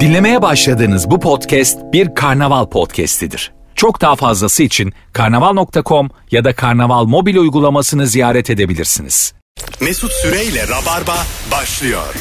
Dinlemeye başladığınız bu podcast bir karnaval podcastidir. Çok daha fazlası için karnaval.com ya da karnaval mobil uygulamasını ziyaret edebilirsiniz. Mesut Süreyle Rabarba başlıyor.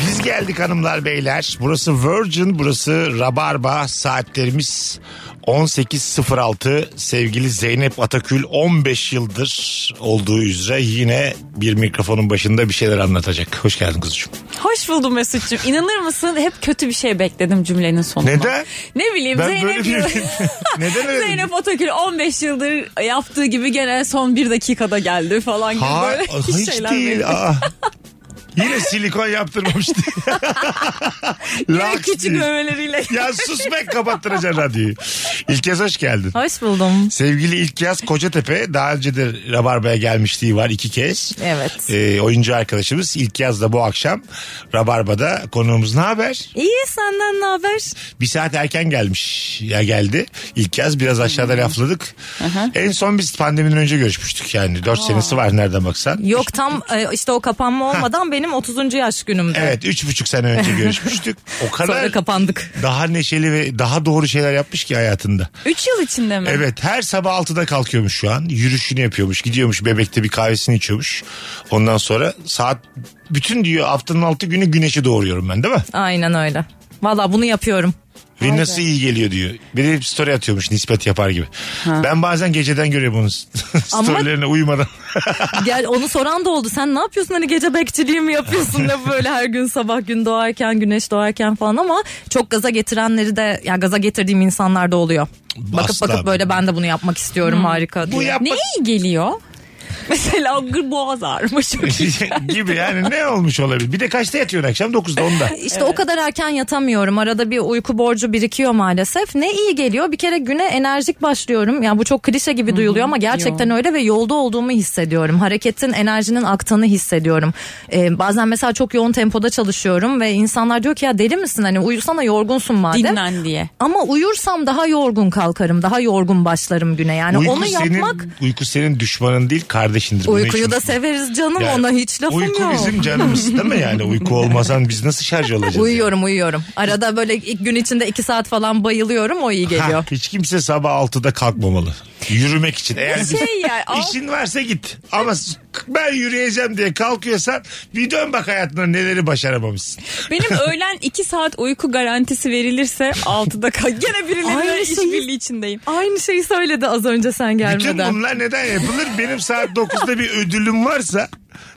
Biz geldik hanımlar beyler. Burası Virgin, burası Rabarba. Saatlerimiz 18.06. Sevgili Zeynep Atakül 15 yıldır olduğu üzere yine bir mikrofonun başında bir şeyler anlatacak. Hoş geldin kuzucuğum. Hoş buldum Mesut'cum. İnanır mısın hep kötü bir şey bekledim cümlenin sonunda. Neden? Ne bileyim Ben Zeynep, böyle bir... şey Neden öyle? Zeynep Atakül 15 yıldır yaptığı gibi gene son bir dakikada geldi falan gibi Ha, böyle hiç şeyler. değil. bekledim. Aa. Yine silikon yaptırmamıştı. Böyle Laks küçük değil. memeleriyle. Ya sus be kapattıracaksın radyoyu. İlk kez hoş geldin. Hoş buldum. Sevgili İlk Yaz Kocatepe daha önce de Rabarba'ya gelmişliği var iki kez. Evet. Ee, oyuncu arkadaşımız İlk Yaz da bu akşam Rabarba'da konuğumuz ne haber? İyi senden ne haber? Bir saat erken gelmiş ya geldi. İlk Yaz biraz aşağıda Hmm. lafladık. En son biz pandemiden önce görüşmüştük yani. Dört senesi var nereden baksan. Yok tam e, işte o kapanma olmadan benim 30. yaş günümde. Evet üç buçuk sene önce görüşmüştük. O Sonra kadar kapandık. daha neşeli ve daha doğru şeyler yapmış ki hayatında. 3 yıl içinde mi? Evet her sabah 6'da kalkıyormuş şu an. Yürüyüşünü yapıyormuş. Gidiyormuş bebekte bir kahvesini içiyormuş. Ondan sonra saat bütün diyor haftanın 6 günü güneşi doğuruyorum ben değil mi? Aynen öyle. Valla bunu yapıyorum. Ve nasıl iyi geliyor diyor. Bir de story atıyormuş nispet yapar gibi. Ben bazen geceden görüyorum onun storylerine uyumadan. Gel onu soran da oldu. Sen ne yapıyorsun hani gece bekçiliği mi yapıyorsun da böyle her gün sabah gün doğarken güneş doğarken falan ama çok gaza getirenleri de ya gaza getirdiğim insanlar da oluyor. Bakıp Asla. bakıp böyle ben de bunu yapmak istiyorum harika diye. Bu yapma Ne iyi geliyor? Mesela o gır boğaz ağrıma çok iyi. gibi yani ne olmuş olabilir. Bir de kaçta yatıyorsun akşam 9'da 10'da. İşte o kadar erken yatamıyorum. Arada bir uyku borcu birikiyor maalesef. Ne iyi geliyor. Bir kere güne enerjik başlıyorum. Yani bu çok klişe gibi duyuluyor ama gerçekten öyle ve yolda olduğumu hissediyorum. Hareketin, enerjinin aktığını hissediyorum. Ee, bazen mesela çok yoğun tempoda çalışıyorum ve insanlar diyor ki ya deli misin? Hani uyusana yorgunsun madem. Dinlen diye. Ama uyursam daha yorgun kalkarım. Daha yorgun başlarım güne. Yani uyku, onu yapmak senin, uyku senin düşmanın değil kardeşindir. Bunu hiç Uykuyu da unutma. severiz canım Yani ona hiç lafım uyku yok. bizim canımız değil mi yani? Uyku olmasan biz nasıl şarj olacağız? Uyuyorum uyuyorum. Arada böyle ilk gün içinde iki saat falan bayılıyorum o iyi Ha, geliyor. hiç kimse sabah 6'da kalkmamalı. Yürümek için. Eğer bir Şey yani, al- işin varsa git. Ama s- ben yürüyeceğim diye kalkıyorsan bir dön bak hayatına neleri başaramamışsın. Benim öğlen 2 saat uyku garantisi verilirse 6'da kal. Gene birileriyle Aynı şeyi- işbirliği içindeyim. Aynı şeyi söyledi az önce sen Bütün gelmeden. bunlar neden yapılır? Benim saat 9'da bir ödülüm varsa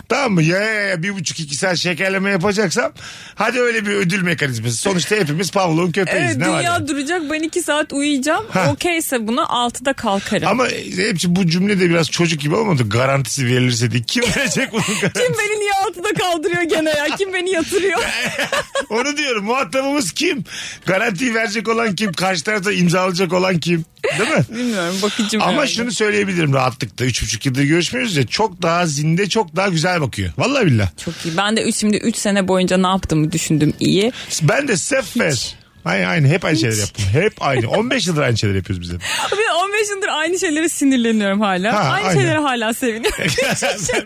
Tamam mı? Ya ya ya bir buçuk iki saat şekerleme yapacaksam hadi öyle bir ödül mekanizması. Sonuçta hepimiz Pavlov'un köpeğiz. Evet ne var? yani? dünya duracak ben 2 saat uyuyacağım. Okeyse bunu 6'da kalkarım. Ama e, hepsi bu cümle de biraz çocuk gibi olmadı. Garantisi verilirse diye. Kim verecek bunun garantisi? Kim beni niye 6'da kaldırıyor gene ya? Kim beni yatırıyor? Onu diyorum muhatabımız kim? Garantiyi verecek olan kim? Karşı tarafta imzalayacak olan kim? Değil mi? Bilmiyorum bakıcım. Ama herhalde. şunu söyleyebilirim rahatlıkla. Üç buçuk yıldır görüşmüyoruz ya çok daha zinde çok daha güzel bakıyor. Vallahi billah. Çok iyi. Ben de üç, şimdi 3 sene boyunca ne yaptığımı düşündüm iyi. Ben de sefer. Aynı aynı hep aynı şeyler yaptım. Hep aynı. 15 yıldır aynı şeyler yapıyoruz biz de. Ben 15 yıldır aynı şeylere sinirleniyorum hala. Ha, aynı, aynen. şeylere hala seviniyorum.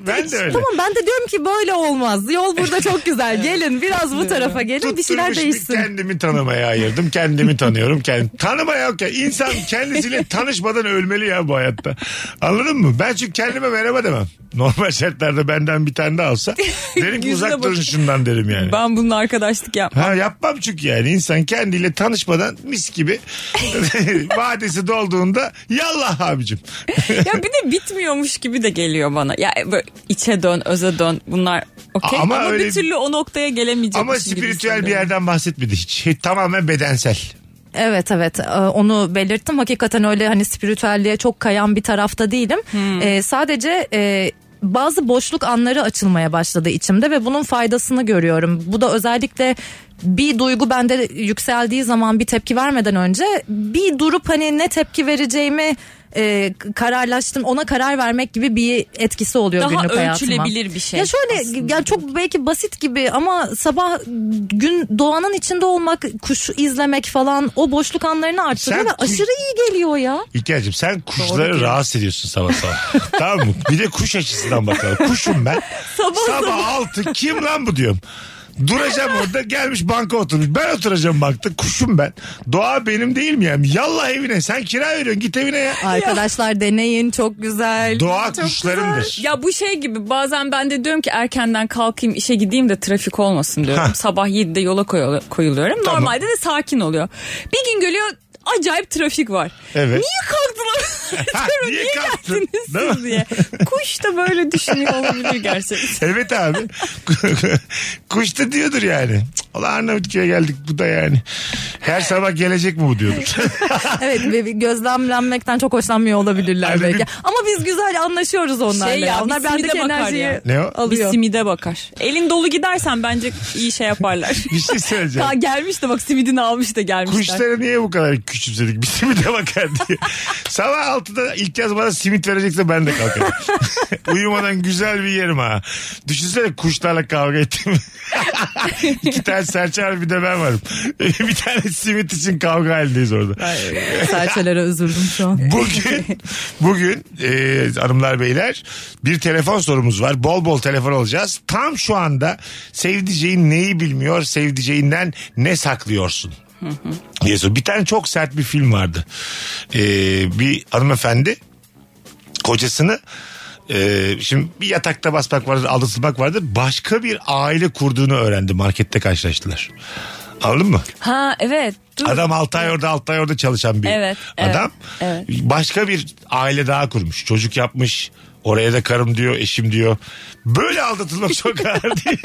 ben de öyle. Tamam ben de diyorum ki böyle olmaz. Yol burada çok güzel. Gelin biraz bu tarafa gelin bir şeyler Tutturmuş bir değişsin. Kendimi tanımaya ayırdım. Kendimi tanıyorum. Kendim. Tanımaya yok ya. İnsan kendisiyle tanışmadan ölmeli ya bu hayatta. Anladın mı? Ben çünkü kendime merhaba demem. Normal şartlarda benden bir tane daha alsa derim ki Yüzüne uzak bak- durun şundan derim yani. ben bununla arkadaşlık yap. Ha yapmam çünkü yani insan kendiyle tanışmadan mis gibi vadesi dolduğunda yallah abicim. ya bir de bitmiyormuş gibi de geliyor bana. Ya böyle içe dön, öze dön. Bunlar okey Ama ama, öyle- bir türlü o noktaya gelemeyeceğim. Ama spiritüel bir yerden bahsetmedi hiç. Hiç Tamamen bedensel. Evet evet Ee, onu belirttim. Hakikaten öyle hani spiritüelliğe çok kayan bir tarafta değilim. Hmm. Ee, sadece e, bazı boşluk anları açılmaya başladı içimde ve bunun faydasını görüyorum. Bu da özellikle bir duygu bende yükseldiği zaman bir tepki vermeden önce bir durup hani ne tepki vereceğimi e, kararlaştım ona karar vermek gibi bir etkisi oluyor Daha günlük hayatıma. ölçülebilir bir şey Ya şöyle ya çok belki basit gibi ama sabah gün doğanın içinde olmak, kuşu izlemek falan o boşluk anlarını Sen arttırıyor ve kuş- aşırı iyi geliyor ya. İlker'cim sen kuşları rahatsız ediyorsun sabah sabah. tamam mı? Bir de kuş açısından bakalım. Kuşum ben. sabah 6 kim lan bu diyorum. Duracağım orada gelmiş banka oturmuş. Ben oturacağım bankta kuşum ben. Doğa benim değil mi yani? Yallah evine sen kira veriyorsun git evine ya. Arkadaşlar deneyin çok güzel. Doğa kuşlarındır. Ya bu şey gibi bazen ben de diyorum ki erkenden kalkayım işe gideyim de trafik olmasın diyorum. Hah. Sabah 7'de yola koyu- koyuluyorum. Tamam. Normalde de sakin oluyor. Bir gün geliyor acayip trafik var. Evet. Niye kalktılar? Ha, Diyorum, niye niye kalktın? geldiniz Değil mi? siz diye. Kuş da böyle düşünüyor olabilir gerçekten. Evet abi. Kuş da diyordur yani. Cık, Ulan Arnavutköy'e geldik bu da yani. Her sabah gelecek mi bu diyordur. Evet ve gözlemlenmekten çok hoşlanmıyor olabilirler Hani bir- belki. Ama biz güzel anlaşıyoruz onlarla. Şey ya, ya. bir Onlar simide bendeki bakar enerjiyi ya. Ne o? Bir alıyor. simide bakar. Elin dolu gidersen bence iyi şey yaparlar. Bir şey söyleyeceğim. Daha gelmiş de bak simidini almış da gelmişler. Kuşlara niye bu kadar küçümsedik? Bir simite bakar diye. Sabah 6'da ilk kez bana simit verecekse ben de kalkarım. Uyumadan güzel bir yerim ha. Düşünsene kuşlarla kavga ettim. İki tane serçe var bir de ben varım. bir tane simit için kavga halindeyiz orada. Serçelere üzüldüm şu an. Bugün bugün e, hanımlar beyler bir telefon sorumuz var. Bol bol telefon alacağız. Tam şu anda sevdiceğin neyi bilmiyor, sevdiceğinden ne saklıyorsun? diye sor- Bir tane çok sert bir film vardı. E, bir hanımefendi kocasını e, şimdi bir yatakta basmak vardır, aldatılmak vardır. Başka bir aile kurduğunu öğrendi. Markette karşılaştılar. Anladın mı? Ha evet. Dur. Adam 6 ay orada 6 ay orada çalışan bir Evet, evet, adam. evet. Başka bir aile daha kurmuş. Çocuk yapmış. Oraya da karım diyor, eşim diyor. Böyle aldatılmak çok ağır diye.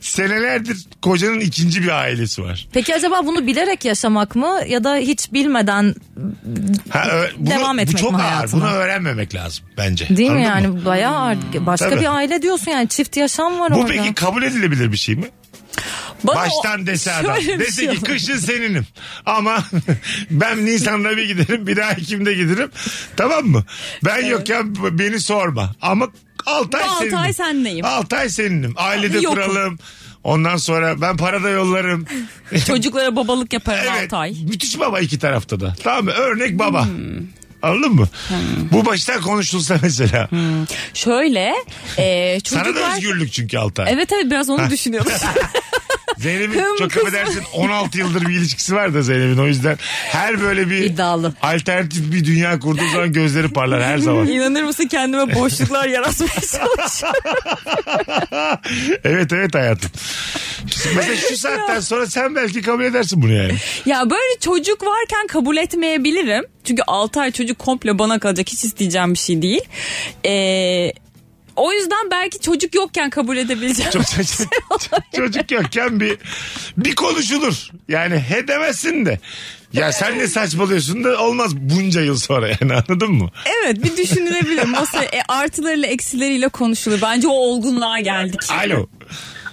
Senelerdir kocanın ikinci bir ailesi var. Peki acaba bunu bilerek yaşamak mı ya da hiç bilmeden Ha, ö- bunu- Devam etmek Bu çok mi ağır. hayatına? Bunu öğrenmemek lazım bence. değil mi Anladın yani mı? bayağı ar- başka Tabii. bir aile diyorsun yani çift yaşam var Bu orada. peki kabul edilebilir bir şey mi? Bana o- Baştan dese adam. Şöyle bir Dese şey ki olur. kışın seninim. Ama ben Nisan'da bir giderim bir daha Ekim'de giderim. Tamam mı? Ben yokken b- beni sorma. Ama 6 ay Bu altı seninim. ay sendeyim. 6 ay seninim. Ailede Yokum. kuralım. Ondan sonra ben parada yollarım. Çocuklara babalık yaparım evet. altı ay. Hmm. Müthiş baba iki tarafta da. Tamam mı? Örnek baba. Anladın mı? Bu baştan konuşulsa mesela. Şöyle e, Sana da Hmm. çocuklar... özgürlük çünkü 6 ay. Evet evet biraz onu düşünüyorum. Zeynep'in çok kızım. affedersin 16 yıldır bir ilişkisi var da Zeynep'in o yüzden her böyle bir İddialı. alternatif bir dünya kurduğu zaman gözleri parlar her zaman. İnanır mısın kendime boşluklar yaratmaya çalışıyorum. evet evet hayatım. Mesela şu saatten sonra sen belki kabul edersin bunu yani. ya böyle çocuk varken kabul etmeyebilirim. Çünkü 6 ay çocuk komple bana kalacak. Hiç isteyeceğim bir şey değil. E, o yüzden belki çocuk yokken kabul edebileceğim. Çok, çocuk, çocuk yokken bir bir konuşulur. Yani he demezsin de. Ya sen ne saçmalıyorsun da olmaz bunca yıl sonra yani anladın mı? evet bir düşünülebilir. Masa e, artılarıyla eksileriyle konuşulur. Bence o olgunluğa geldik. Alo.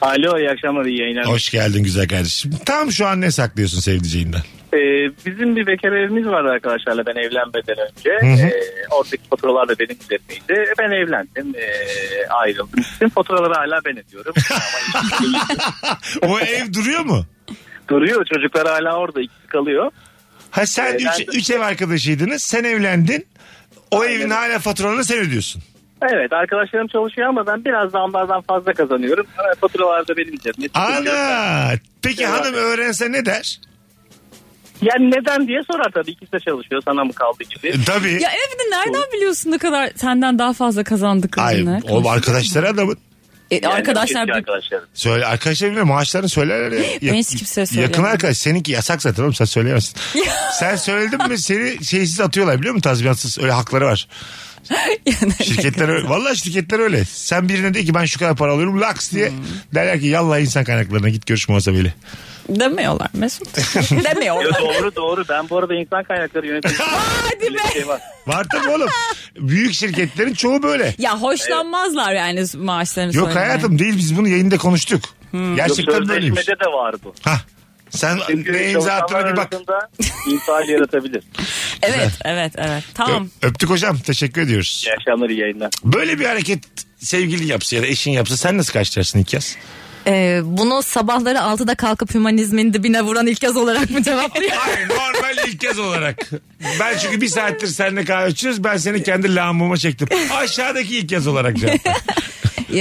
Alo iyi akşamlar iyi yayınlar. Hoş geldin güzel kardeşim. Tam şu an ne saklıyorsun sevdiceğinden? Ee, bizim bir bekar evimiz vardı arkadaşlarla ben evlenmeden önce. Hı hı. Ee, oradaki faturalar da benim üzerimeydi. E, Ben evlendim ee, ayrıldım. Bütün faturaları hala ben ediyorum. Ama ikisi- O ev duruyor mu? Duruyor çocuklar hala orada ikisi kalıyor. Ha sen Ee, ben- üç, üç ev arkadaşıydınız. Sen evlendin. O Aynen. evin hala faturalarını sen ödüyorsun. Evet arkadaşlarım çalışıyor ama ben biraz daha onlardan fazla kazanıyorum. Ama Faturalar da benim üzerimde. Ana. Peki Evet. hanım öğrense ne der? Yani neden diye sorar tabii ikisi de çalışıyor sana mı kaldı gibi. E, Tabii. Ya evet bir de nereden biliyorsun ne kadar senden daha fazla Ay, kazandıklarını? o arkadaşları adamın. E, Yani arkadaşlar şey eski bir arkadaşlarım. Söyle arkadaşlar bile maaşlarını söylerler ya. Ben hiç kimseye söyleyemem. Yakın arkadaş seninki yasak zaten oğlum sen söyleyemezsin. sen söyledin mi seni şeysiz atıyorlar biliyor musun tazminatsız öyle hakları var. Yani- Şirketler öyle. Vallahi şirketler öyle. Sen birine de ki ben şu kadar para alıyorum laks diye Hmm. derler ki yallah insan kaynaklarına git görüş muhasebeyle. Demiyorlar Mesut. Yo, Demiyorlar. doğru doğru ben bu arada insan kaynakları yöneticisi. Hadi be. Şey var. Var tabii oğlum. Büyük şirketlerin çoğu böyle. Ya hoşlanmazlar yani maaşlarını Yok söylemeye. Hmm. hayatım değil biz bunu yayında konuştuk. Gerçekten böyleymiş. Sözleşmede de var bu. Hah. Sen ne imza attığına bir bak. infial yaratabilir. Evet evet evet. Tamam. Ö- Öptük hocam. Teşekkür ediyoruz. İyi akşamlar iyi yayınlar. Böyle bir hareket sevgilin yapsa ya da eşin yapsa sen nasıl karşılarsın ilk yaz? Ee, bunu sabahları 6'da kalkıp hümanizmin dibine vuran ilk yaz olarak mı cevaplıyor? Hayır normal ilk yaz olarak. Ben çünkü bir saattir seninle kahve içiyoruz. Ben seni kendi lambuma çektim. Aşağıdaki ilk yaz olarak cevap ver. Ee,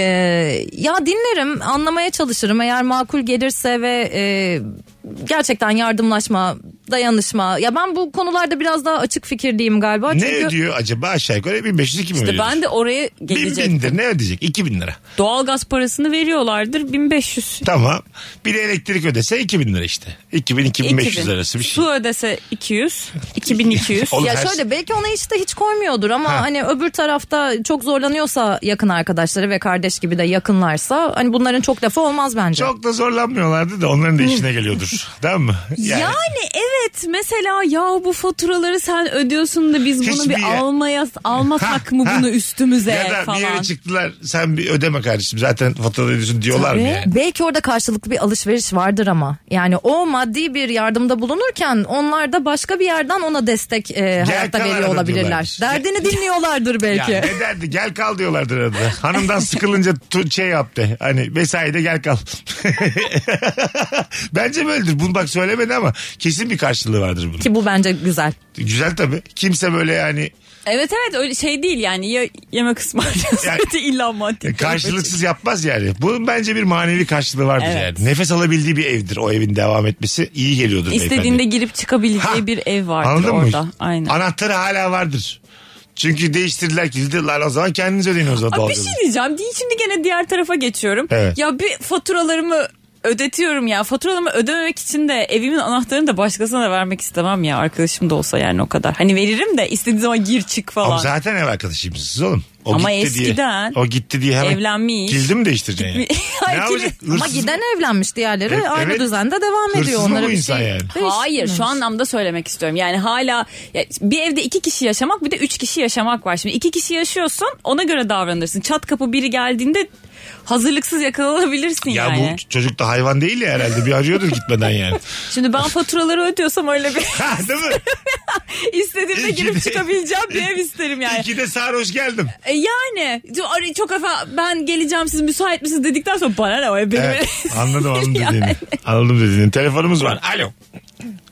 ya dinlerim, anlamaya çalışırım. Eğer makul gelirse ve e, gerçekten yardımlaşma, dayanışma. Ya ben bu konularda biraz daha açık fikirliyim galiba. Ne Çünkü ödüyor acaba aşağı yukarı 1500-2000 İşte ödüyor. ben de oraya 1000 gelecektim. bindir ne ödeyecek? 2000 lira. Doğalgaz parasını veriyorlardır 1500. Tamam. Bir de elektrik ödese 2000 lira işte. 2000-2500 2000. arası bir şey. Su ödese 200, 2200. Oğlum ya her- şey- şöyle belki ona işte hiç koymuyordur ama Ha. hani öbür tarafta çok zorlanıyorsa yakın arkadaşları ve kardeş gibi de yakınlarsa hani bunların çok lafı olmaz bence. Çok da zorlanmıyorlardı da onların da işine geliyordur. Tamam mı? Yani. evet mesela ya bu faturaları sen ödüyorsun da biz bunu Hiçbir bir yer- almaya almasak mı ha. bunu üstümüze ya da falan. bir yere çıktılar sen bir ödeme kardeşim zaten faturada ödüyorsun diyorlar mı Ve yani? Belki orada karşılıklı bir alışveriş vardır ama. Yani o maddi bir yardımda bulunurken onlar da başka bir yerden ona destek e, hayatta kal veriyor arada olabilirler. diyorlarmış. Derdini dinliyorlardır belki. Ya ne derdi gel kal diyorlardır arada. Hanımdan sıkılınca tu- şey yaptı. Hani vesaire gel kal. Bence böyledir. Bunu bak söylemedi ama kesin bir karşılığı vardır bunun. Ki bu bence güzel. Güzel tabii. Kimse böyle yani Evet evet öyle şey değil yani ya yemek ısmarlıyorsun Yani- ya da illa maddi. karşılıksız yapmaz yani. Bunun bence bir manevi karşılığı vardır Evet. yani. Nefes alabildiği bir evdir o evin devam etmesi. iyi geliyordur İstediğinde beyefendi. girip çıkabileceği Ha. bir ev vardır Anladın orada. mı? Aynen. Anahtarı hala vardır. Çünkü değiştirdiler kilidi. Lan o zaman kendiniz ödeyin o zaman Abi bir doğalgazı. şey diyeceğim. Değil, Şimdi gene diğer tarafa geçiyorum. Evet. Ya bir faturalarımı ödetiyorum ya. Faturalarımı ödememek için de evimin anahtarını da başkasına da vermek istemem ya. Arkadaşım da olsa yani o kadar. Hani veririm de istediği zaman gir çık falan. Ama zaten ev arkadaşımsınız oğlum. O Ama gitti eskiden diye, o gitti diye hemen evlenmiş. Kilidi mi değiştireceksin yani? Ay, ne kilidi- yapacak? Ama Hırsız- giden evlenmiş diğerleri Evet, aynı evet. düzende devam ediyor. Hırsız mı Onlara bu bir insan şey yani? Hayır değiştirmemiş. şu anlamda söylemek istiyorum. Yani hala ya bir evde iki kişi yaşamak bir de üç kişi yaşamak var. Şimdi iki kişi yaşıyorsun ona göre davranırsın. Çat kapı biri geldiğinde hazırlıksız yakalanabilirsin Ya yani. bu çocuk da hayvan değil ya herhalde. Bir arıyordur gitmeden yani. Şimdi ben faturaları ödüyorsam öyle bir ha, değil mi? istediğimde İki de- girip çıkabileceğim bir ev isterim yani. İki de sarhoş geldim. E yani Ar- çok afa ben geleceğim siz müsait misiniz dedikten sonra bana ne o ev benim Evet, ev. anladım anladım Yani. dediğini. Anladım dediğini. Telefonumuz var. Alo.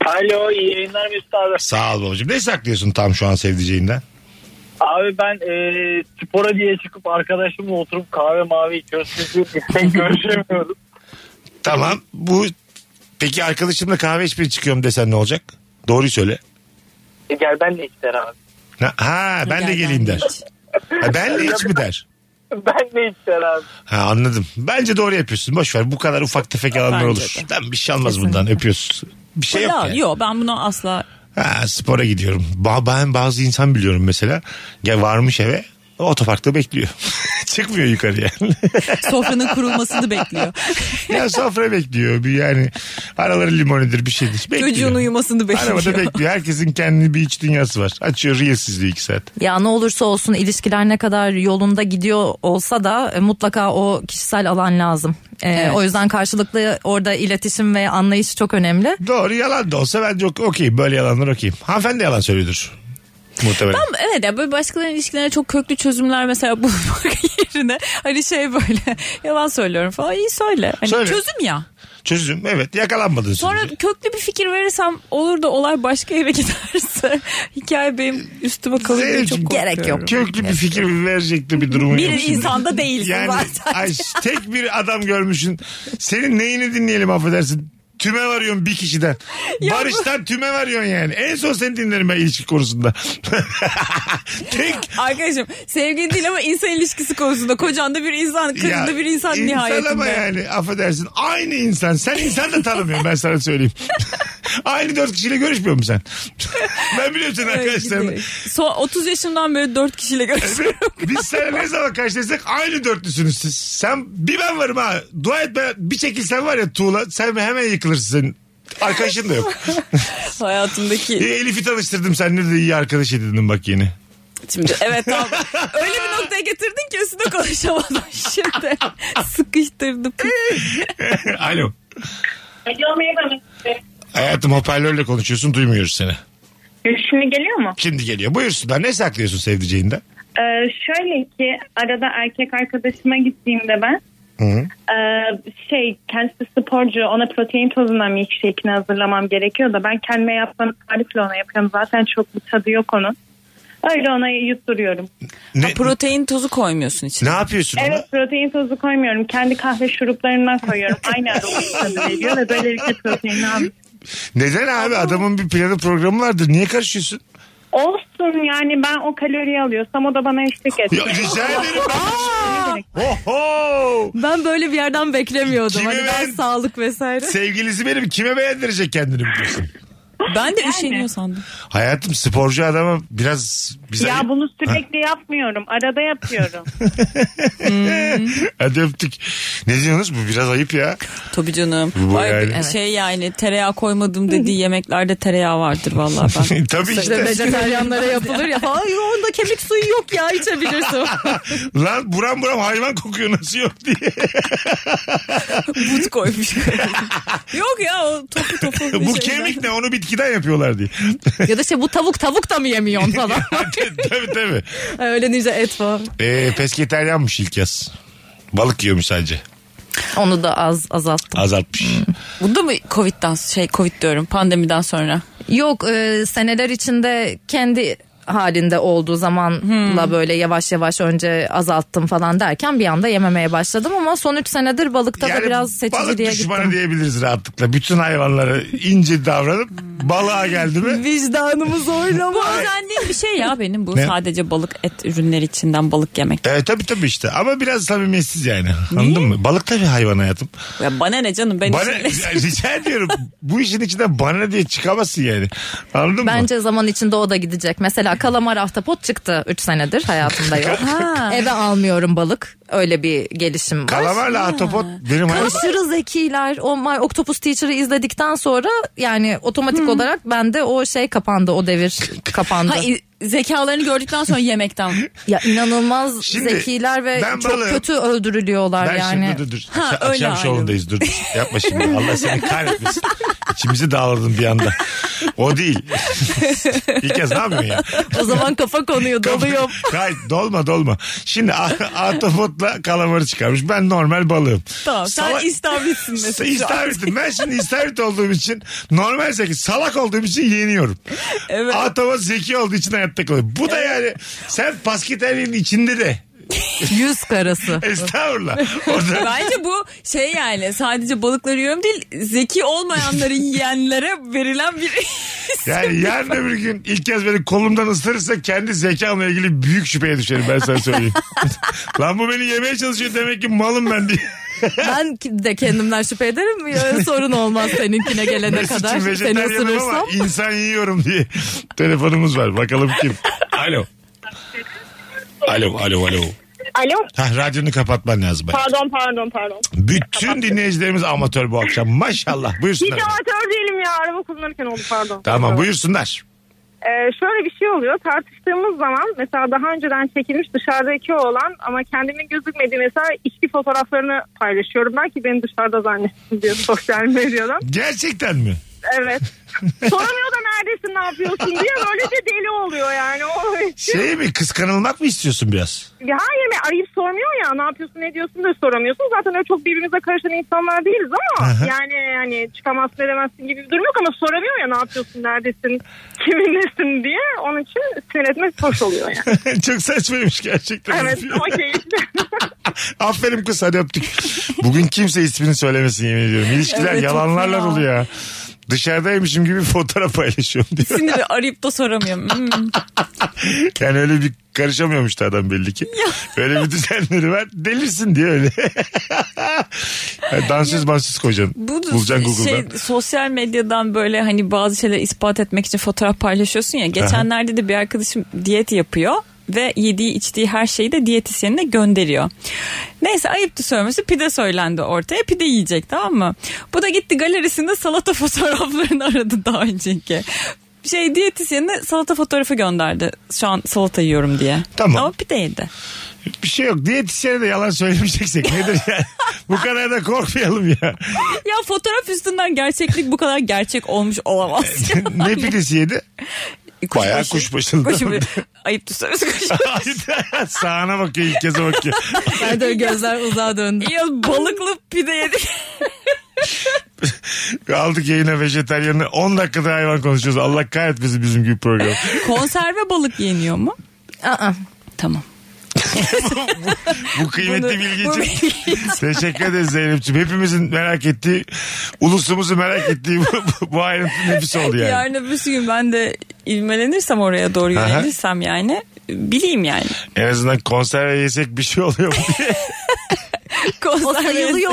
Alo iyi yayınlar Mesut abi. Sağ ol babacığım. Ne saklıyorsun tam şu an sevdiceğinden? Abi ben e, spora diye çıkıp arkadaşımla oturup kahve mavi içiyoruz. Çünkü biz görüşemiyoruz. Tamam. Bu Peki arkadaşımla kahve içmeye çıkıyorum desen ne olacak? Doğruyu söyle. E, gel ben de ister abi. Ha, ha, ben de Gel, geleyim der. hiç. Ha, ben de iç mi der? Ben de ister abi. Ha, anladım. Bence doğru yapıyorsun. Boş ver. Bu kadar ufak tefek alanlar Bence olur. de. Lan bir şey almaz bundan. Öpüyorsun. Bir şey yok. Ya, yani. Yok ben bunu asla Ha, spora gidiyorum. Ba- ben bazı insan biliyorum mesela. Ya varmış eve otoparkta bekliyor. Çıkmıyor yukarıya. sofranın kurulmasını bekliyor. ya sofra bekliyor. Bir yani araları limonidir bir şeydir. Bekliyor. Çocuğun uyumasını bekliyor. Arabada bekliyor. Herkesin kendi bir iç dünyası var. Açıyor Reels izliyor iki saat. Ya ne olursa olsun ilişkiler ne kadar yolunda gidiyor olsa da e, mutlaka o kişisel alan lazım. E, Evet. O yüzden karşılıklı orada iletişim ve anlayış çok önemli. Doğru yalan da olsa bence ok- okeyim. Böyle yalanlar okeyim. Hanımefendi yalan söylüyordur. Muhtemelen. Evet ya böyle başkalarının ilişkilerine çok köklü çözümler mesela bulmak yerine hani şey böyle yalan söylüyorum falan iyi söyle. Hani Söyle. çözüm ya. Çözüm evet yakalanmadın Sonra sürece. köklü bir fikir verirsem olur da olay başka yere giderse hikaye benim üstüme kalır diye çok Zeynep'ciğim, korkuyorum. Gerek yok. Köklü bir fikir verecekti bir durumu. Bir yok şimdi. insanda değilsin Yani zaten. ay, tek bir adam görmüşsün. Senin neyini dinleyelim affedersin. Tüme varıyorsun bir kişiden. Ya bu- Barış'tan tüme varıyorsun yani. En son seni dinlerim ben ilişki konusunda. tek Arkadaşım sevgili değil ama insan ilişkisi konusunda kocan da bir insan, kızın Ya, da bir insan, nihayetinde. ama yani affedersin aynı insan. Sen insan da tanımıyorsun ben sana söyleyeyim. aynı dört kişiyle görüşmüyor musun sen? ben biliyorum senin Evet, arkadaşlarını. gidiyor. Son 30 yaşımdan beri 4 kişiyle görüşüyorum. Biz seninle ne zaman karşılaşsak aynı dörtlüsünüz siz. Sen bir ben varım ha. Dua et ben bir çekilsen var ya tuğla sen hemen yıkılırsın. senin. Arkadaşın da yok. E, Hayatımdaki. Elif'i tanıştırdım seninle de iyi arkadaş edindim bak yeni. Şimdi evet tamam. Öyle bir noktaya getirdin ki üstüne konuşamadım şimdi. Sıkıştırdım. Alo. Alo merhaba. Hayatım hoparlörle konuşuyorsun duymuyoruz seni. Şimdi geliyor mu? Şimdi geliyor. Buyursunlar ne saklıyorsun sevdiceğinden? Ee, şöyle ki arada erkek arkadaşıma gittiğimde ben Hı. ee, şey kendisi sporcu ona protein tozundan milkshake'ini hazırlamam gerekiyor da ben kendime yaptığım tarifle ona yapıyorum. Zaten çok bir tadı yok onun. Öyle ona yutturuyorum. Ne, Protein tozu koymuyorsun ne içine. yapıyorsun ona? Evet protein tozu koymuyorum. Kendi kahve şuruplarından koyuyorum. Aynı aromayı tadı veriyor ve şey böylelikle proteini almış. Neden abi adamın bir planı programı vardır. Niye karışıyorsun? Olsun yani ben o kaloriyi alıyorsam o da bana eşlik Ya, ediyor. rica ederim. Oho! Ben böyle bir yerden beklemiyordum. Kime hani ben ben- sağlık vesaire. Sevgilisi benim kime beğendirecek kendini biliyorsun. Ben de üşeniyor sandım. Hayatım sporcu adama biraz bize... Ya bunu sürekli yapmıyorum. Arada yapıyorum. Hadi öptük. Ne diyorsunuz bu biraz ayıp ya. Tabii canım. Bu Vay, yani. e, Şey yani tereyağı koymadım dediği yemeklerde tereyağı vardır vallahi ben. Tabii İşte işte. vejetaryenlere yapılır şey ya. Ay onda kemik suyu yok ya içebilirsin. Lan buram buram hayvan kokuyor nasıl yok diye. But koymuş. Yok ya o topu topu. bir şey bu şeyden. kemik ne onu bitkiden yapıyorlar diye. ya da şey bu tavuk tavuk da mı yemiyorsun falan. tabii tabii. Öyle ninja et var. Ee, pesketeryanmış ilk yaz. Balık yiyormuş sadece. Onu da az azalttım. Azaltmış. Bu da mı Covid'den şey Covid diyorum pandemiden sonra. Yok e, seneler içinde kendi halinde olduğu zamanla böyle yavaş yavaş önce azalttım falan derken bir anda yememeye başladım ama son 3 senedir balıkta da biraz balık seçiciliğe düşmanı gittim. diyebiliriz rahatlıkla. Bütün hayvanlara ince davranıp Hmm. balığa geldi mi? Vicdanımız oynama. Bu özendiğim bir şey ya benim bu Ne? sadece balık et ürünleri içinden balık yemek. E, tabii tabii işte ama biraz samimiyetsiz yani. Anladın mı? Balık da bir hayvan hayatım. Ya bana ne canım ben Bana, içinde- Ya, rica ediyorum bu işin içinden bana ne diye çıkamazsın yani. Anladın mı? Bence zaman içinde o da gidecek. Mesela kalamar ahtapot çıktı 3 senedir hayatımda yok. Ha. Eve almıyorum balık. Öyle bir gelişim var. Kalamarla atopot benim hayatım. Aşırı zekiler. O My Octopus Teacher'ı izledikten sonra yani otomatik olarak bende o şey kapandı. O devir kapandı. Ha, i- zekalarını gördükten sonra yemekten. Ya inanılmaz Şimdi zekiler ve ben çok balığım. kötü öldürülüyorlar Ben yani. şimdi dur dur. Ha, Akşam- öyle akşam aynen. şovundayız dur, dur. Yapma şimdi. Allah seni kahretmesin. İçimizi dağladın bir anda. O değil. İlk kez ne yapıyorsun ya? O zaman kafa konuyor doluyor. Hayır dolma dolma. Şimdi a- ahtapotla kalamarı çıkarmış. Ben normal balığım. Tamam Salak- sen istavritsin Sa- mesela. İstavritim. Ben şimdi istavrit olduğum için normal zeki salak olduğum için yeniyorum. Evet. Atama zeki olduğu için hayatta kalıyor. Bu da yani sen pasketerliğin içinde de Yüz karası. estağfurullah. Orada Bence bu şey yani sadece balıkları yiyorum değil zeki olmayanları yiyenlere verilen bir yani yarın öbür gün ilk kez beni kolumdan ısırırsa kendi zekamla ilgili büyük şüpheye düşerim ben sana söyleyeyim. Lan bu beni yemeye çalışıyor demek ki malım ben diye. Ben de kendimden şüphe ederim. Ya, Sorun olmaz seninkine gelene kadar. Mesut'cum Seni vejetaryenim ama ısırırsam. insan yiyorum diye telefonumuz var. Bakalım kim? Alo. Alo, alo, alo. Alo Hah, radyonu kapatman lazım. bak. pardon pardon pardon. Bütün dinleyicilerimiz amatör bu akşam. Maşallah. Hiç Buyursunlar. amatör değilim ya araba kullanırken oldu pardon. Tamam buyursunlar. Ee, şöyle bir şey oluyor. Tartıştığımız zaman mesela daha önceden çekilmiş dışarıdaki olan ama kendimin gözükmediği mesela içki fotoğraflarını paylaşıyorum. Belki beni dışarıda zannetsin diyor sosyal medyadan. Gerçekten mi? Evet. Soramıyor da neredesin ne yapıyorsun diye böylece deli oluyor yani. O Şey mi kıskanılmak mı istiyorsun biraz? Ya hayır yani arayıp sormuyor ya ne yapıyorsun ne diyorsun da soramıyorsun. Zaten öyle çok birbirimize karışan insanlar değiliz ama Aha. yani hani çıkamazsın edemezsin gibi bir durum yok ama soramıyor ya ne yapıyorsun neredesin kiminlesin diye. Onun için sinir etmek hoş oluyor yani. Çok saçmaymış gerçekten. evet ama keyifli. Aferin kız hadi öptük. Bugün kimse ismini söylemesin yemin ediyorum. İlişkiler Evet, çok yalanlarla fena. dolu ya. Dışarıdaymışım gibi fotoğraf paylaşıyorum diyor. siniri arayıp da soramıyorum. Hmm. Yani öyle bir karışamıyormuş da adam belli ki. öyle bir düzenleri var. Delirsin diye öyle. Yani Dansöz mansöz koyacaksın. Bu da Bulacaksın Google'dan. şey, sosyal medyadan böyle hani bazı şeyleri ispat etmek için fotoğraf paylaşıyorsun ya. Geçenlerde de bir arkadaşım diyet yapıyor ve yediği içtiği her şeyi de diyetisyenine gönderiyor. Neyse ayıptı söylemesi pide söylendi ortaya pide yiyecek tamam mı? Bu da gitti galerisinde salata fotoğraflarını aradı daha önceki. Şey diyetisyenine salata fotoğrafı gönderdi. Şu an salata yiyorum diye. Tamam. Ama pide yedi. Bir şey yok. Diyetisyene de yalan söylemeyeceksek nedir yani? Bu kadar da korkmayalım ya. Ya fotoğraf üstünden gerçeklik bu kadar gerçek olmuş olamaz. ya. ne pidesi yedi? Bayağı kuşbaşılı. Kuşbaşı. Ayıp tutarız kuşbaşı. Sağına bakıyor ilk kez bakıyor. Ben de gözler uzağa döndü. Ya balıklı pide yedik. Aldık yayına vejeteryanı. 10 dakikada hayvan konuşuyoruz. Allah kahretmesin bizim gibi program. Konserve balık yeniyor mu? Aa, Tamam. Bu kıymetli Bunu- bilgi bu için teşekkür ederiz Zeynep'ciğim. Hepimizin merak ettiği, ulusumuzu merak ettiği bu, bu ayrıntı nefis oldu yani. Yarın öbürsü gün ben de ilmelenirsem oraya doğru Aha. yönelirsem yani bileyim yani. En azından konserve yesek bir şey oluyor mu diye. o Konserve sayılıyor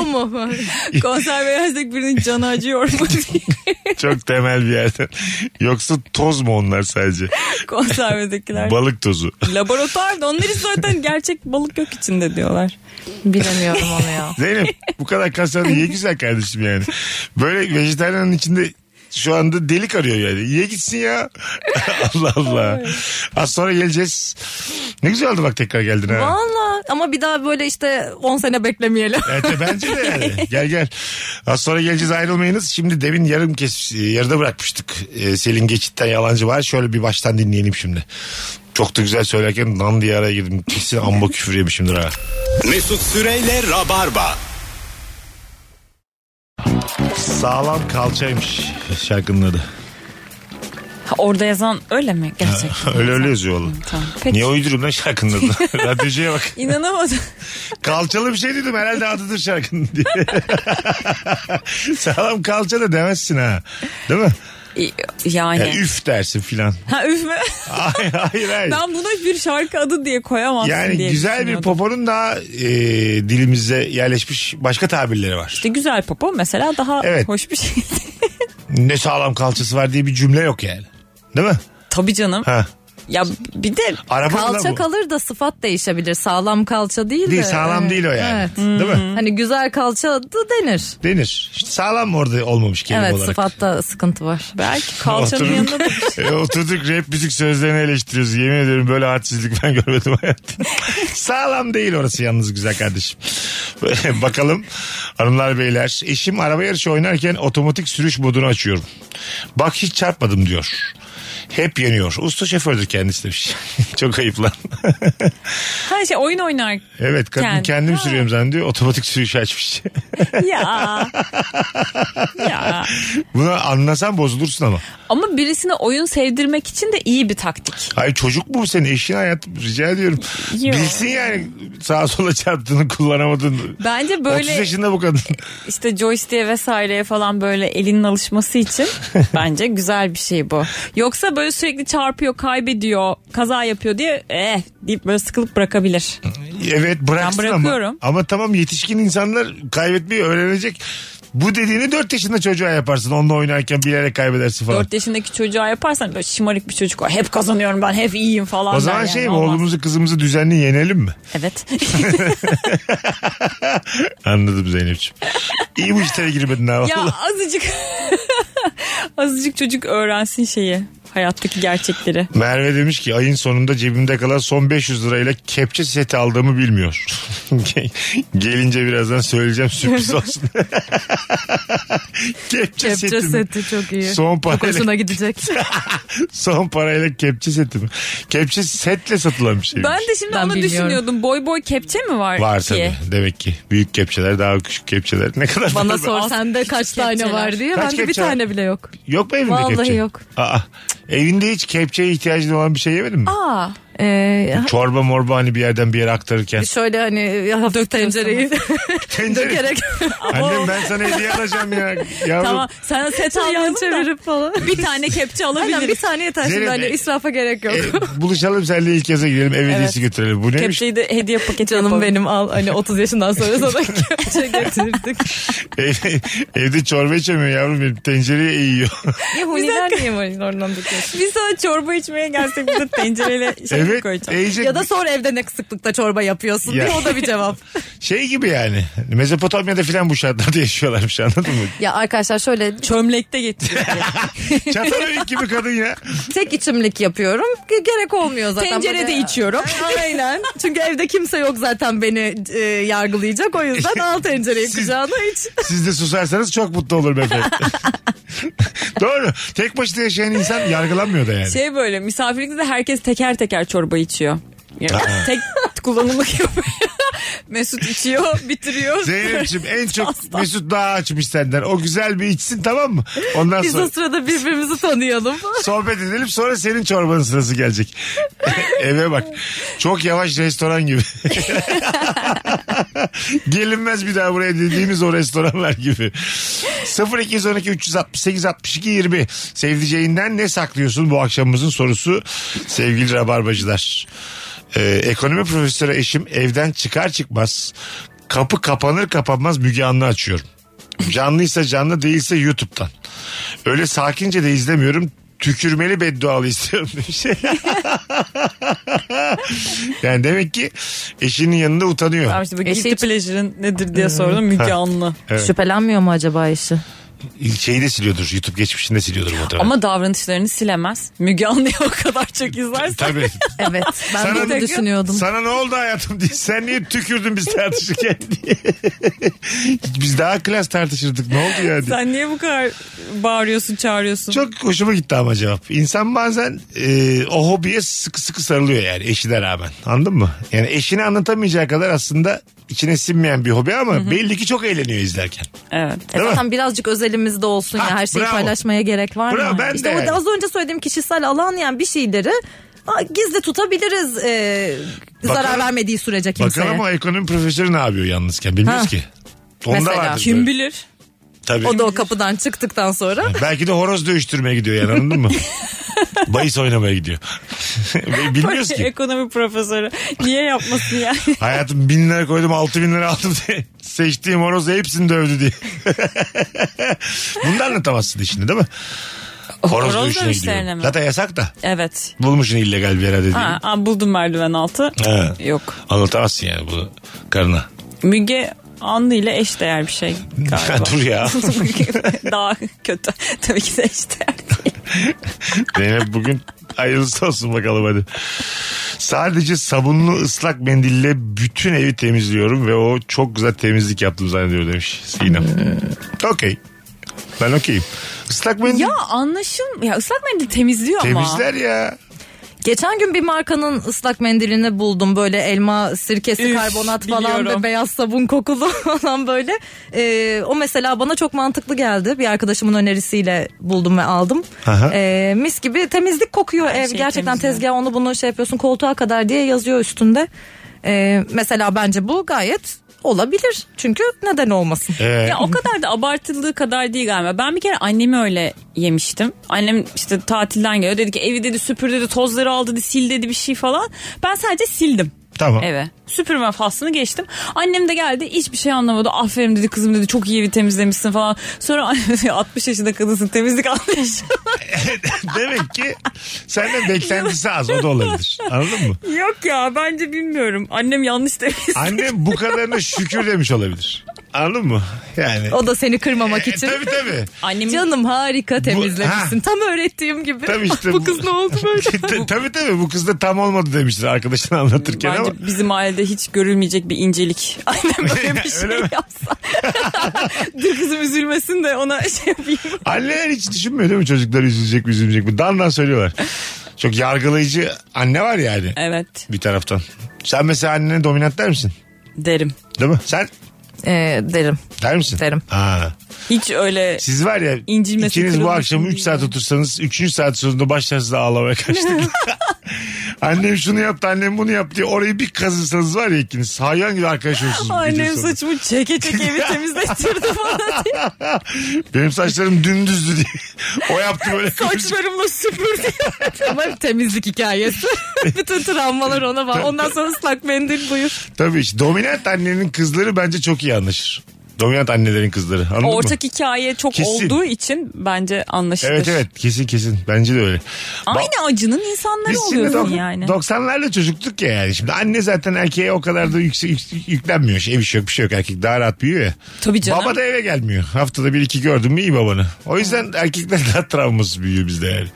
mu? Konserve yersek birinin canı acıyor mu diye. Çok temel bir yerden. Yoksa toz mu onlar sadece? Konservedekiler. Balık tozu. Laboratuvarda onları zaten gerçek balık yok içinde diyorlar. Bilemiyorum onu ya. Zeynep bu kadar kasar ye güzel kardeşim yani. Böyle vejetaryanın içinde şu anda delik arıyor yani. Ye gitsin ya. Allah Allah. Az sonra geleceğiz. Ne güzel oldu bak tekrar geldin ha. Valla ama bir daha böyle işte 10 sene beklemeyelim. Evet e, bence de yani. Gel gel. Az sonra geleceğiz ayrılmayınız. Şimdi demin yarım kes yarıda bırakmıştık. Ee, Selin Geçit'ten Yalancı var. Şöyle bir baştan dinleyelim şimdi. Çok da güzel söylerken nan diye araya girdim. Kesin amba küfür yemişimdir ha. Mesut Süreyle Rabarba. Sağlam kalçaymış şarkının adı. Ha, orada yazan öyle mi? Gerçekten. Öyle öyle yazıyor oğlum. Tamam. Peki. Niye uyduruyorum lan şarkının adını? Radyocuya bak. İnanamadım. Kalçalı bir şey dedim herhalde adıdır şarkının diye. Sağlam kalça da demezsin ha. Değil mi? İ- Ya Yani. üf dersin filan. Ha üf mü? Hayır hayır hayır. Ben buna bir şarkı adı diye koyamazsın Yani diye güzel bir düşünüyordum. poponun daha e, dilimize yerleşmiş başka tabirleri var. İşte güzel popo mesela daha Evet. hoş bir şey. Ne sağlam kalçası var diye bir cümle yok yani. Değil mi? Tabii canım. Ha. Ya bir de Araba mı lan Kalça bu? kalır da sıfat değişebilir. Sağlam kalça değil, Değil de. sağlam Evet. değil o yani. Evet. Değil mi? Hani güzel kalça adı denir. Denir. İşte sağlam orada olmamış kelime evet olarak. sıfatta sıkıntı var. belki kalçanın Oturduk. yanında da şey. E, oturduk rap müzik sözlerini eleştiriyoruz. Yemin ediyorum böyle hadsizlik ben görmedim hayatımda. Sağlam değil orası yalnız güzel kardeşim. Bakalım hanımlar beyler. Eşim araba yarışı oynarken otomatik sürüş modunu açıyorum. Bak hiç çarpmadım diyor. Hep yeniyor. Usta şofördür kendisi demiş. Çok ayıp lan. her şey oyun oynar. evet kadın Kendi- kendim Ha. sürüyorum zannediyor. Otomatik sürüş açmış. Ya. ya. Bunu anlasan bozulursun ama. Ama birisine oyun sevdirmek için de iyi bir taktik. Hayır çocuk mu bu senin eşin hayatım rica ediyorum. Yok. Bilsin yani sağa sola çarptığını kullanamadığını. Bence 30 böyle yaşında bu kadın. işte joystick'e vesaireye falan böyle elinin alışması için bence güzel bir şey bu. Yoksa böyle sürekli çarpıyor, kaybediyor, kaza yapıyor diye eh deyip böyle sıkılıp bırakabilir. evet bıraksın Ben ama. bırakıyorum. Ama tamam yetişkin insanlar kaybetmeyi öğrenecek. Bu dediğini 4 yaşında çocuğa yaparsın. Onunla oynarken bilerek kaybedersin falan. 4 yaşındaki çocuğa yaparsan böyle şımarık bir çocuk var. Hep kazanıyorum ben, hep iyiyim falan. o der zaman yani. şey mi Olmaz. oğlumuzu kızımızı düzenli yenelim mi? Evet. Anladım Zeynep'ciğim. İyi bu işlere girmedin ha. ya vallahi. azıcık azıcık çocuk öğrensin şeyi. Hayattaki gerçekleri. Merve demiş ki ayın sonunda cebimde kalan son 500 lirayla kepçe seti aldığımı bilmiyor. Gelince birazdan söyleyeceğim sürpriz olsun. kepçe, Kepçe seti. mi? seti çok iyi. Son çok parayla- hoşuna gidecek. Son parayla kepçe seti mi? Kepçe setle satılan bir şey. Ben de şimdi Ben onu bilmiyorum. düşünüyordum. Boy boy kepçe mi var? Var ki? tabii. Demek ki büyük kepçeler daha küçük kepçeler. Ne kadar Bana fazla- sor sende kaç tane kepçeler. var diye. Kaç Bende bir kepçe var? tane bile yok. Yok mu evinde Vallahi kepçe? yok. Aa, evinde hiç kepçeye ihtiyacın olan bir şey yemedin mi? Aa, Ee, Çorba morba hani bir yerden bir yere aktarırken. şöyle hani hafif tencereyi Tencere. dökerek Annem ben sana hediye alacağım ya. Yavrum. tamam. Sana set yan alalım da çevirip falan. bir tane kepçe Aynen bir alabiliriz. tane yeter şimdi Zeynep, hani e- israfa gerek yok. E, buluşalım seninle ilk kez gidelim. Ev hediyesi götürelim. Bu neymiş? Kepçeyi de hediye paketi Canım yapalım. benim al hani 30 yaşından sonra sana kepçe getirdik. Ev- E, evde çorba içemiyor yavrum benim. Tencereye eğiyor. Ya huniler niye var oradan dikiyorsun? Biz sana çorba içmeye gelsek bir de tencereyle şey evet. koyacağım. Eğecek. Ya da sor evde ne sıklıkta çorba yapıyorsun Ya. diye o da bir cevap. Şey gibi yani. Mezopotamya'da filan bu şartlarda yaşıyorlarmış anladın mı? Ya arkadaşlar şöyle e- Çömlekte getiriyor. Çatalhöyük gibi kadın ya. tek içimlik yapıyorum. Ge- Gerek olmuyor zaten. Tencerede Böyle- içiyorum. Aynen. Çünkü evde kimse yok zaten beni e, yargılayacak. O yüzden al tencereyi Siz- kucağına iç. Siz de susarsanız çok mutlu olurum efendim. Doğru. Tek başına yaşayan insan yargılanmıyor da yani. Şey böyle misafirlikte de herkes teker teker çorba içiyor. Yani tek kullanımlık yapıyor. Mesut içiyor, bitiriyor. Zeynep'ciğim en çok Mesut daha açmış senden. O güzel bir içsin tamam mı? Ondan Biz o sonra sırada birbirimizi tanıyalım. sohbet edelim sonra senin çorbanın sırası gelecek. Eve bak. Çok yavaş restoran gibi. Gelinmez bir daha buraya dediğimiz o restoranlar gibi. 0212 368 62 20 Sevdiceğinden ne saklıyorsun bu akşamımızın sorusu sevgili rabarbacılar. Ee, ekonomi profesörü eşim evden çıkar çıkmaz kapı kapanır kapanmaz Müge Anlı açıyorum. Canlıysa canlı değilse YouTube'dan. Öyle sakince de izlemiyorum. Tükürmeli beddualı istiyorum demiş. yani demek ki eşinin yanında utanıyor. Tamam işte bu Eşi guilty hiç- pleasure'ın nedir diye sordum Müge Anlı. Evet. Şüphelenmiyor mu acaba işi? Şeyi de siliyordur. YouTube geçmişini de siliyordur muhtemelen. Ama davranışlarını silemez. Müge Anlı'ya o kadar çok izlersen. Tabii. Evet ben Sana- bunu düşünüyordum. Sana ne oldu hayatım diye. Sen niye tükürdün biz tartışırken diye. biz daha klas tartışırdık. Ne oldu ya diye. Sen niye bu kadar bağırıyorsun, çağırıyorsun? Çok hoşuma gitti ama cevap. İnsan bazen e, o hobiye sıkı sıkı sarılıyor yani eşine rağmen. Anladın mı? Yani eşini anlatamayacağı kadar aslında içine sinmeyen bir hobi ama belli ki çok eğleniyor izlerken. Evet. E Değil mi? zaten birazcık özelimizde olsun Ha, ya her şeyi bravo. paylaşmaya gerek var Bravo, mı? ben işte de o- yani. az önce söylediğim kişisel alan yani bir şeyleri a, gizli tutabiliriz e, zarar Bakalım- vermediği sürece kimseye. Bakalım o ekonomi profesörü ne yapıyor yalnızken bilmiyoruz Ha. ki. Onda Mesela. vardır Kim böyle. bilir? Tabii. O da o kapıdan çıktıktan sonra Belki de horoz dövüştürmeye gidiyor yani anladın mı? Bayis oynamaya gidiyor. Bilmiyoruz ki. Ekonomi profesörü. Niye yapmasın yani? Hayatım bin lira koydum altı bin lira aldım diye. Seçtiğim horoz hepsini dövdü diye. Bunu da anlatamazsın işini değil mi? Horoz, horoz dövüşüne dövüşlerine gidiyor. mi? Zaten yasak da. evet. Bulmuşsun illegal bir herhalde Ha, diye. ha, buldum merdiven altı. Ha. Yok. Anlatamazsın yani bunu karına. Müge Anlı ile eşdeğer bir şey galiba. Dur ya. Daha kötü. Tabii ki de eşdeğer. Zeynep bugün hayırlısı olsun bakalım hadi. Sadece sabunlu ıslak mendille bütün evi temizliyorum ve o çok güzel temizlik yaptım zannediyor demiş Sinem. Ee. Okey. Ben okeyim. Islak mendil ya anlaşım. Ya ıslak mendil temizliyor ama. temizler ya. geçen gün bir markanın ıslak mendilini buldum böyle elma sirkesi Üf, karbonat falan biliyorum. ve beyaz sabun kokulu falan böyle E, o mesela bana çok mantıklı geldi bir arkadaşımın önerisiyle buldum ve aldım Aha. E, mis gibi temizlik kokuyor ev şey gerçekten tezgah temizliyor. onu bunu şey yapıyorsun koltuğa kadar diye yazıyor üstünde E, mesela bence bu gayet olabilir çünkü neden olmasın Ee, Ya o kadar da abartıldığı kadar değil galiba. Ben bir kere annemi öyle yemiştim. Annem işte tatilden geliyor. Dedi ki evi dedi süpür dedi tozları aldı dedi sil dedi bir şey falan. Ben sadece sildim. tamam. Eve. Süpürme faslını geçtim. Annem de geldi hiçbir şey anlamadı. Aferin dedi kızım dedi çok iyi evi temizlemişsin falan. Sonra annem dedi, 60 yaşında kadınsın temizlik anlayışı. Demek ki senden beklentisi az o da olabilir. Anladın mı? Yok ya bence bilmiyorum. Annem yanlış demiş. Annem bu kadarına şükür demiş olabilir. Anladın mı? Yani. o da seni kırmamak E, için tabii tabii. Annemin Canım harika temizlemişsin. ha. Tam öğrettiğim gibi. Tabii işte bu kız ne oldu böyle? T- tabii tabii bu kız da tam olmadı demiştir arkadaşına anlatırken Bence ama. bizim ailede hiç görülmeyecek bir incelik. Annem böyle bir şey Öyle mi? yapsa. Dur kızım üzülmesin de ona şey yapayım. Anneler hiç düşünmüyor değil mi çocuklar üzülecek mi üzülmeyecek mi? Dandan söylüyorlar. Çok yargılayıcı anne var yani Evet bir taraftan. Sen mesela annene dominant der misin? derim. Değil mi? Sen Ee, derim. der misin? Derim. Ha. Hiç öyle Siz var ya İncinmesi, ikiniz bu kırılması akşam 3 değil saat yani. otursanız 3. saat sonunda başlarsınız ağlamaya kaçtık. annem şunu yaptı annem bunu yaptı diye orayı bir kazırsanız var ya ikiniz hayvan gibi arkadaş olursunuz. bir gece annem sonra. saçımı çeke çeke evi temizlettirdi bana diye. Benim saçlarım dümdüzdü diye. O yaptı böyle. Saçlarımla süpürdü. Ama temizlik hikayesi. Bütün travmalar ona var. Ondan sonra ıslak mendil buyur. Tabii işte dominant annenin kızları bence çok iyi anlaşır. Dominant annelerin kızları. Anladın mı? Ortak hikaye çok Kesin. olduğu için bence anlaşılır. Evet evet kesin kesin bence de öyle. Ba- Aynı acının insanları Biz şimdi oluyorsun dok- yani. 90'larla çocuktuk ya yani. Şimdi anne zaten erkeğe o kadar da yüksek, yük- yüklenmiyor. Şey, ev işi yok bir şey yok. Erkek daha rahat büyüyor ya. Tabii canım. Baba da eve gelmiyor. Haftada bir iki gördün mü iyi babanı. O yüzden erkekler daha travmasız büyüyor bizde yani.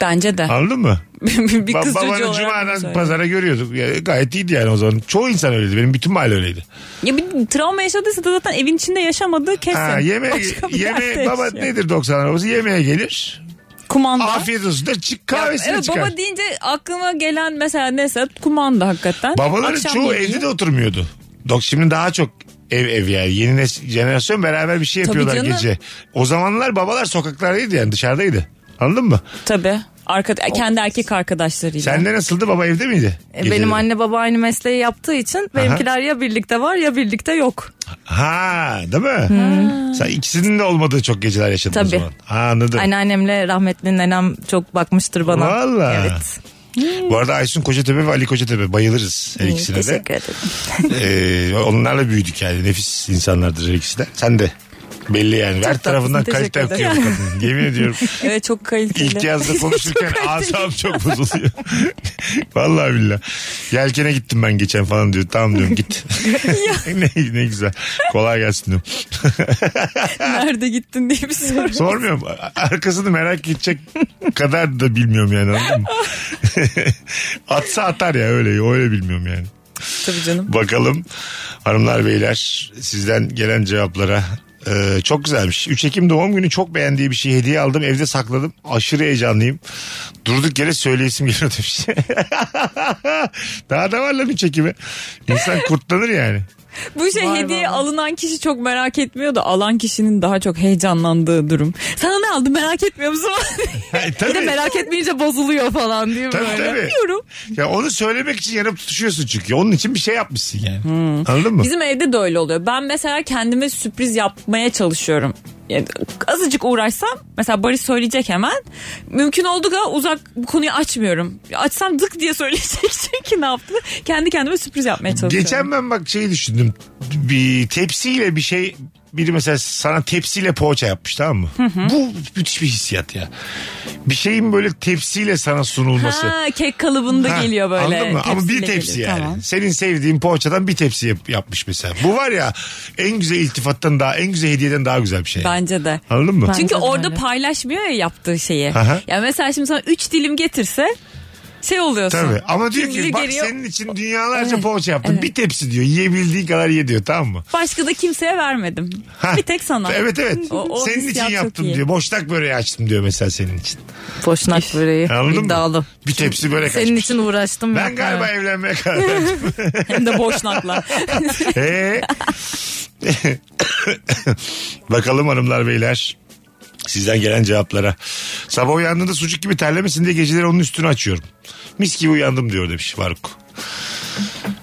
Bence de. Anladın mı? bir Ba- kız çocuğu babanı olarak bunu cumadan söylüyorum. pazara görüyorduk. Ya, gayet iyiydi yani o zaman. Çoğu insan öyleydi. Benim bütün mahalle öyleydi. Ya bir travma yaşadıysa da zaten evin içinde yaşamadığı kesin. Ha, yemeğe, Başka bir yerde yemeğe, baba yaşıyor. nedir 90'lar babası? Yemeğe gelir. Kumanda. Afiyet olsun da çık kahvesini evet, çıkar. Baba deyince aklıma gelen mesela neyse kumanda hakikaten. Babaların Akşam çoğu yemeği. evde de oturmuyordu. Dok şimdi daha çok ev ev yani. Yeni nes- jenerasyon beraber bir şey Tabii yapıyorlar canım. gece. O zamanlar babalar sokaklardaydı yani dışarıdaydı. Anladın mı? Tabii. Arka, kendi erkek arkadaşlarıyla. Sende nasıldı baba evde miydi? E, Geceleri? Benim anne baba aynı mesleği yaptığı için benimkiler ya birlikte var ya birlikte yok. Ha değil mi? Sen ikisinin de olmadığı çok geceler yaşadın o Tabii. zaman. Ha, anladım. Anneannemle rahmetli nenem çok bakmıştır bana. Valla. Evet. Bu arada Aysun Kocatepe ve Ali Kocatepe bayılırız her ikisine E, de. Teşekkür ederim. Ee, onlarla büyüdük yani nefis insanlardır her ikisi de. Sen de belli yani. her tatlısın, tarafından teşekkür kalite akıyor bu kadın. Yemin ediyorum. Evet çok kaliteli. İlk yazda konuşurken asam çok bozuluyor. Vallahi billah. Yelkene gittim ben geçen falan diyor. Tamam diyorum git. ne, ne güzel. Kolay gelsin diyorum. Nerede gittin diye bir soru. Sormuyorum. Arkasını merak edecek kadar da bilmiyorum yani anladın mı? Atsa atar ya öyle. Öyle bilmiyorum yani. Tabii canım. Bakalım hanımlar beyler sizden gelen cevaplara. Ee, çok güzelmiş. 3 Ekim doğum günü çok beğendiği bir şey hediye aldım. Evde sakladım. Aşırı heyecanlıyım. Durduk yere söyleyesim geliyor demiş. Daha da var lan 3 Ekim'e. İnsan kurtlanır yani. Bu şey Vay hediye vay. alınan kişi çok merak etmiyor da alan kişinin daha çok heyecanlandığı durum. Sana ne aldın merak etmiyor musun? Ha, tabii. Bir de merak etmeyince bozuluyor falan diye Tabii, böyle. tabii. Bilmiyorum. Ya onu söylemek için yanıp tutuşuyorsun çünkü. Onun için bir şey yapmışsın yani. Hmm. Anladın mı? Bizim evde de öyle oluyor. Ben mesela kendime sürpriz yapmaya çalışıyorum. Yani azıcık uğraşsam mesela Barış söyleyecek hemen. Mümkün olduğu kadar uzak bu konuyu açmıyorum. Açsam dık diye söyleyecek çünkü ne yaptı? Kendi kendime sürpriz yapmaya çalışıyorum. Geçen ben bak şeyi düşündüm. Bir tepsiyle bir şey biri mesela sana tepsiyle poğaça yapmış tamam mı? Bu müthiş bir hissiyat ya. Bir şeyin böyle tepsiyle sana sunulması. Ha, kek kalıbında Ha, geliyor böyle. Anladın mı? Ama bir Tepsiyle tepsi geliyor. yani. Tamam. Senin sevdiğin poğaçadan bir tepsi yap- yapmış mesela. Bu var ya en güzel iltifattan daha en güzel hediyeden daha güzel bir şey. Bence de. Anladın mı? Bence Çünkü de orada öyle. paylaşmıyor ya yaptığı şeyi. Aha. Ya mesela şimdi sana 3 dilim getirse şey oluyorsun. Tabii ama diyor Kimisi ki bak geliyor, senin için dünyalarca Evet, poğaça yaptım. evet. Bir tepsi diyor. Yiyebildiğin kadar ye diyor tamam mı? Başka da kimseye vermedim. Ha. Bir tek sana. Evet evet. O- o senin için hissiyat çok yaptım iyi. diyor. Boşnak böreği açtım diyor mesela senin için. Boşnak böreği. Anladın İddialı. mı? Bir tepsi börek Senin açmış. için uğraştım. Ben ya. galiba Evet. evlenmeye karar verdim. Hem de boşnakla. Ee? Bakalım hanımlar beyler. Sizden gelen cevaplara. Sabah uyandığında sucuk gibi terlemesin diye geceleri onun üstünü açıyorum. Mis gibi uyandım diyor demiş Faruk. E,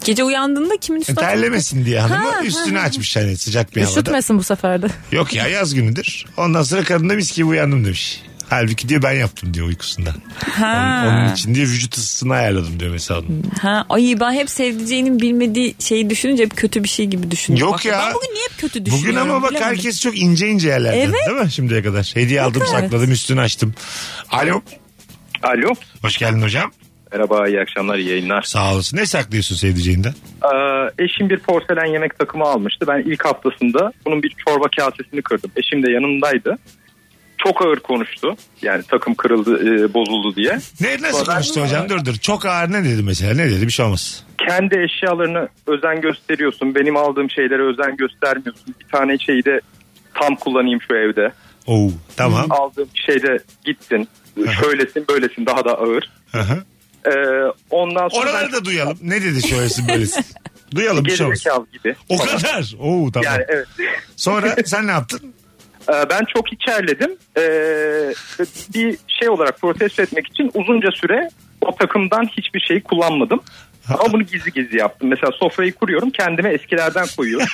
Gece uyandığında kimin üstüne Terlemesin diye hanımı üstünü açmış yani sıcak bir havada. Üşütmesin bu sefer de. Yok ya yaz günüdür. Ondan sonra kadın da mis gibi uyandım demiş. Halbuki diyor ben yaptım diyor uykusundan. Onun, onun için diyor vücut ısısını ayarladım diyor mesela. onun. Ha, ay ben hep sevdiceğinin bilmediği şeyi düşününce hep kötü bir şey gibi düşünüyorum. Yok Bak, ya. Ben bugün niye hep kötü Bugün düşünüyorum? ama bak bilemedim. herkes çok ince ince yerlerden Evet. değil mi şimdiye kadar? Hediye aldım evet. sakladım üstünü açtım. Alo. Alo. Hoş geldin hocam. Merhaba iyi akşamlar iyi yayınlar. Sağ olasın. Ne saklıyorsun sevdiceğinden? Ee, eşim bir porselen yemek takımı almıştı. Ben ilk haftasında bunun bir çorba kasesini kırdım. Eşim de yanımdaydı. Çok ağır konuştu. Yani takım kırıldı, e, bozuldu diye. Ne nasıl Sonra- konuştu hocam? Dur dur. Çok ağır ne dedi mesela? Ne dedi? Bir şey olmaz. Kendi eşyalarını özen gösteriyorsun. Benim aldığım şeylere özen göstermiyorsun. Bir tane şeyi de tam kullanayım şu evde. Oo tamam. Aldığım şeyde gittin. Şöylesin böylesin daha da ağır. Hı hı. Ee, ondan sonra Oraları ben- da duyalım. Ne dedi şöylesin böylesin? duyalım bir şey olmaz. Gerizekalı gibi. O falan. kadar. Oo tamam. Yani evet. Sonra sen ne yaptın? Ee, Ben çok içerledim. Ee, Bir şey olarak protesto etmek için uzunca süre o takımdan hiçbir şey kullanmadım. Ama bunu gizli gizli yaptım. Mesela sofrayı kuruyorum kendime eskilerden koyuyorum.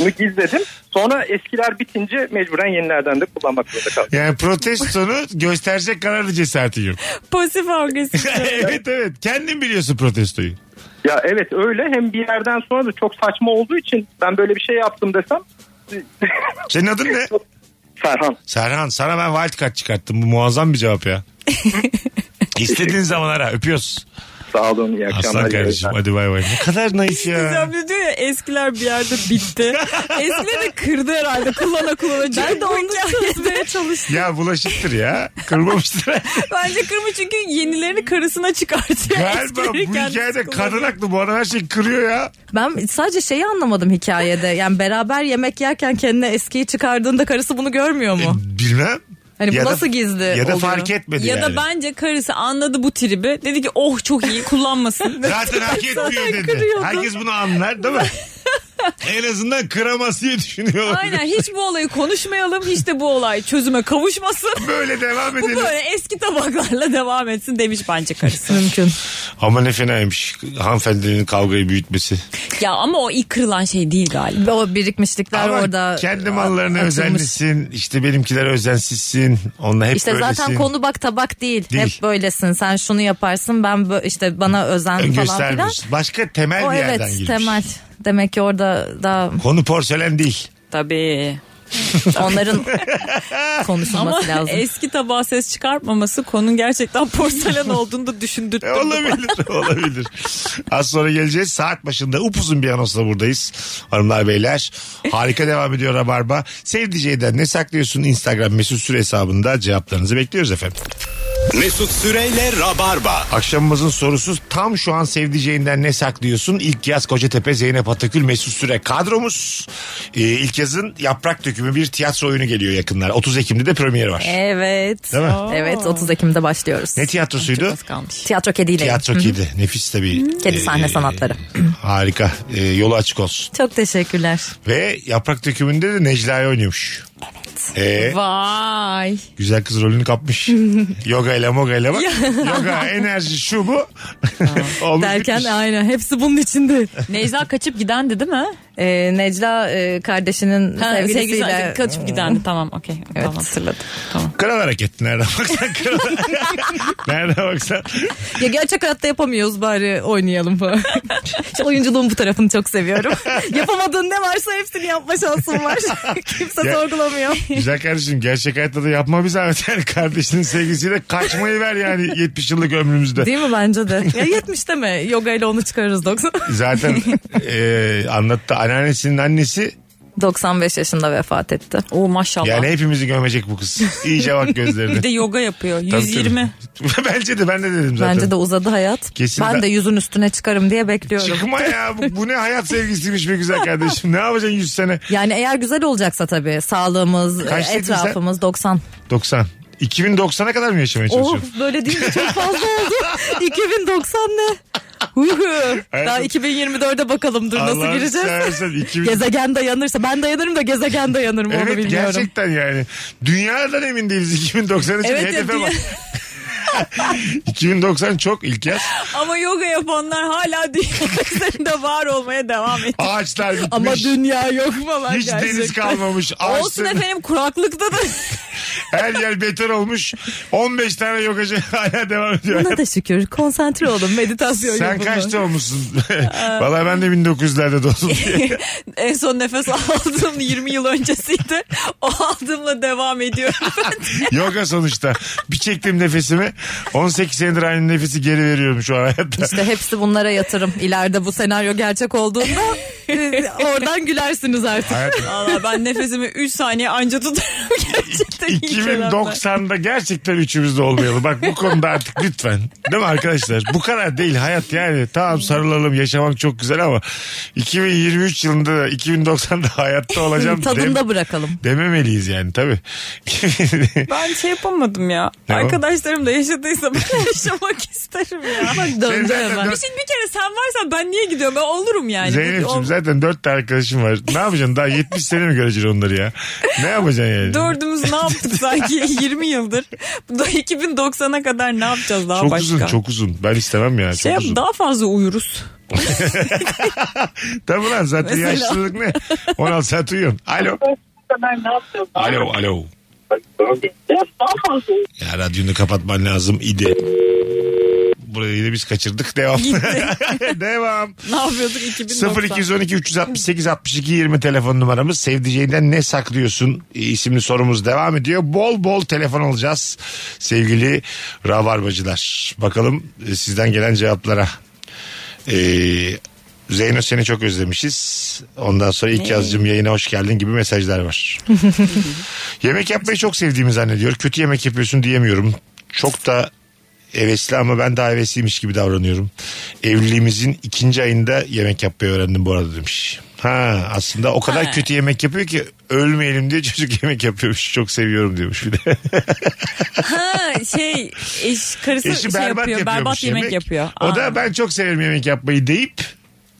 bunu gizledim. Sonra eskiler bitince mecburen yenilerden de kullanmak zorunda kaldım. Yani protestonu gösterecek kadar da cesaretin yok. Pasif agresif. evet evet. Kendin biliyorsun protestoyu. Ya evet öyle hem bir yerden sonra da çok saçma olduğu için ben böyle bir şey yaptım desem Senin adın ne? Serhan Serhan sana ben wildcard çıkarttım. Bu muazzam bir cevap ya. İstediğin zaman ara. Öpüyoruz. sağ olun iyi akşamlar. Aslan kardeşim hadi bay bay. Ne kadar naif ya. Gizemli diyor ya eskiler bir yerde bitti. Eskileri de kırdı herhalde kullana kullana. Ben de onu çözmeye çalıştım. ya bulaşıktır ya. Kırmamıştır. Bence kırmış çünkü yenilerini karısına çıkartıyor. Galiba bu Eskileri kendisi hikayede kullanıyor. kadın haklı. Bu adam her şeyi kırıyor ya. Ben sadece şeyi anlamadım hikayede. Yani beraber yemek yerken kendine eskiyi çıkardığında karısı bunu görmüyor mu? Bilmem. E, Hani Ya bu da- nasıl gizli ya da oluyor? fark etmedi Ya yani. da bence karısı anladı bu tribi. Dedi ki oh çok iyi kullanmasın. Zaten hak etmiyor dedi. kırıyordu. Herkes bunu anlar değil mi? en azından kıramaz diye düşünüyor. olabilir. Aynen hiç bu olayı konuşmayalım. Hiç de bu olay çözüme kavuşmasın. Böyle devam bu edelim. böyle eski tabaklarla devam etsin demiş bence karısı. Mümkün. Ama ne fenaymış hanımefendinin kavgayı büyütmesi. ya ama o ilk kırılan şey değil galiba. Ve O birikmişlikler Ama orada. e, kendi mallarına atılmış. özenlisin. işte benimkiler özensizsin. Onunla hep İşte böylesin. zaten konu bak tabak değil. Değil. Hep böylesin. Sen şunu yaparsın ben bö- işte bana özen falan filan. göstermiş. Başka temel O bir yerden evet girmiş. temel. Demek ki orada daha Konu porselen değil. Tabii. onların konuşulması Ama lazım. eski tabağa ses çıkartmaması konunun gerçekten porselen olduğunu da düşündürttü. E, olabilir, olabilir. Az sonra geleceğiz. Saat başında upuzun bir anonsla buradayız. Hanımlar beyler. Harika devam ediyor Rabarba. Sevdiceğinden ne saklıyorsun? Instagram mesut süre hesabında cevaplarınızı bekliyoruz efendim. Mesut Süreyle Rabarba. Akşamımızın sorusu tam şu an sevdiceğinden ne saklıyorsun? İlk yaz Kocatepe Zeynep Atakül Mesut Süre kadromuz. Ee, ilk yazın yaprak dökümü bir tiyatro oyunu geliyor yakınlar. 30 Ekim'de de premieri var. Evet. Değil mi? Evet 30 Ekim'de başlıyoruz. Ne tiyatrosuydu? Az kalmış. Tiyatro kediyle. Tiyatro kedi. Nefis tabii. Kedi sahne sanatları. Harika. Ee, yolu açık olsun. Çok teşekkürler. Ve yaprak dökümünde de Necla'yı oynuyormuş. Evet. Vay. güzel kız rolünü kapmış. yoga ile moga ile bak. yoga, enerji şu bu. Olmuş Derken bitmiş. aynen hepsi bunun içinde. Necla kaçıp gidendi değil mi? Ee, Necla e, kardeşinin Ha, şey, sevgilisiyle. sevgilisi- kaçıp gidendi. Tamam okey. Tamam hatırladım. Tamam. Kral hareketi nereden baksan kral. nereden baksan. Ya gerçek hayatta yapamıyoruz bari oynayalım falan. Şu oyunculuğun bu tarafını çok seviyorum. Yapamadığın ne varsa hepsini yapma şansın var. Kimse Ya- sorgulamıyor. Güzel kardeşim gerçek hayatta da yapma bir zahmet. Yani kardeşinin sevgisiyle kaçmayı ver yani 70 yıllık ömrümüzde. Değil mi bence de? Ya 70 deme. Yoga ile onu çıkarırız 90. Zaten e, anlattı anneannesinin annesi 95 yaşında vefat etti. Oo maşallah. yani hepimizi gömecek bu kız. İyice bak gözlerine. Bir de yoga yapıyor. Tabii, 120. tabii. Bence de ben de dedim zaten. Bence de uzadı hayat. Kesin ben- ben de yüzün üstüne çıkarım diye bekliyorum. Çıkma ya bu, bu ne hayat sevgisiymiş be güzel kardeşim. Ne yapacaksın 100 sene? Yani eğer güzel olacaksa tabii sağlığımız, Kaç dedin sen? etrafımız 90. 90. 2090'a kadar mı yaşamaya Oh çalışıyorsun? böyle deyince çok fazla oldu. 2090 ne? Huhu. Daha 2024'e bakalım dur nasıl Allah'ını gireceğiz. seversen 2000... Gezegen dayanırsa ben dayanırım da gezegen dayanır mı onu Evet bilmiyorum. gerçekten yani. Dünyadan emin değiliz 2090 için. Evet, Hedefe ya, bak. 2090 çok ilk yaz. Ama yoga yapanlar hala dünya üzerinde var olmaya devam ediyor. Ağaçlar bitmiş. Ama dünya yok falan Hiç gerçekten. deniz kalmamış. Olsun Ağaçların- efendim kuraklıkta da. Her yer beton olmuş. 15 tane yokacı hala devam ediyor. Buna da şükür. Konsantre olun. Meditasyon Sen yapın. kaçta olmuşsun? Valla ben de 1900'lerde doğdum diye. en son nefes aldığım 20 yıl öncesiydi. O aldığımla devam ediyor. Yoga sonuçta. Bir çektim nefesimi. 18 senedir aynı nefesi geri veriyorum şu an hayatta. İşte hepsi bunlara yatırım. İleride bu senaryo gerçek olduğunda e, oradan gülersiniz artık. Hayatım. Valla ben nefesimi 3 saniye anca tutuyorum gerçekten. ilk 2090'da gerçekten üçümüz de olmayalım. Bak bu konuda artık lütfen. Değil mi arkadaşlar? Bu kadar değil hayat yani. Tamam sarılalım yaşamak çok güzel ama 2023 yılında da, 2090'da hayatta olacağım dem- Tadında bırakalım. dememeliyiz yani tabii. Ben şey yapamadım ya. Ne o? Arkadaşlarım da yaşadıysa ben yaşamak isterim ya. Bak Sen Döndü zaten hemen. dört- bir, şey, bir kere sen varsan ben niye gidiyorum? Ben olurum yani. Zeynep'ciğim zaten dört tane arkadaşım var. Ne yapacaksın? Daha 70 sene mi göreceksin onları ya? Ne yapacaksın yani? Dördümüz ne yaptık sanki 20 yıldır? Da 2090'a kadar ne yapacağız daha çok başka? uzun çok uzun. Ben istemem ya. şey çok yap, uzun. daha fazla uyuruz. Tabii lan zaten Mesela. yaşlılık ne? 16 saat uyuyorsun. Alo. Ben ne yapıyorum? Alo alo. Ya radyonu kapatman lazım idi. Burayı da biz kaçırdık. Devam. Devam. Ne yapıyorduk 2090? 0212 368 62 20 telefon numaramız. Sevdiceğinden ne saklıyorsun E, isimli sorumuz devam ediyor. Bol bol telefon alacağız sevgili rabarbacılar. Bakalım e, sizden gelen cevaplara. Ee, Zeyno seni çok özlemişiz. Ondan sonra ilk yazcım yayına hoş geldin gibi mesajlar var. yemek yapmayı çok sevdiğimi zannediyor. Kötü yemek yapıyorsun diyemiyorum. Çok da hevesli ama ben daha hevesliymiş gibi davranıyorum. Evliliğimizin ikinci ayında yemek yapmayı öğrendim bu arada demiş Ha aslında o kadar kötü yemek yapıyor ki ölmeyelim diye çocuk yemek yapıyormuş. Çok seviyorum diyormuş bir de. Ha şey eş karısı Eşi şey berbat yapıyor. yapıyormuş Berbat yemek, yapıyor. O Aa. da ben çok severim yemek yapmayı deyip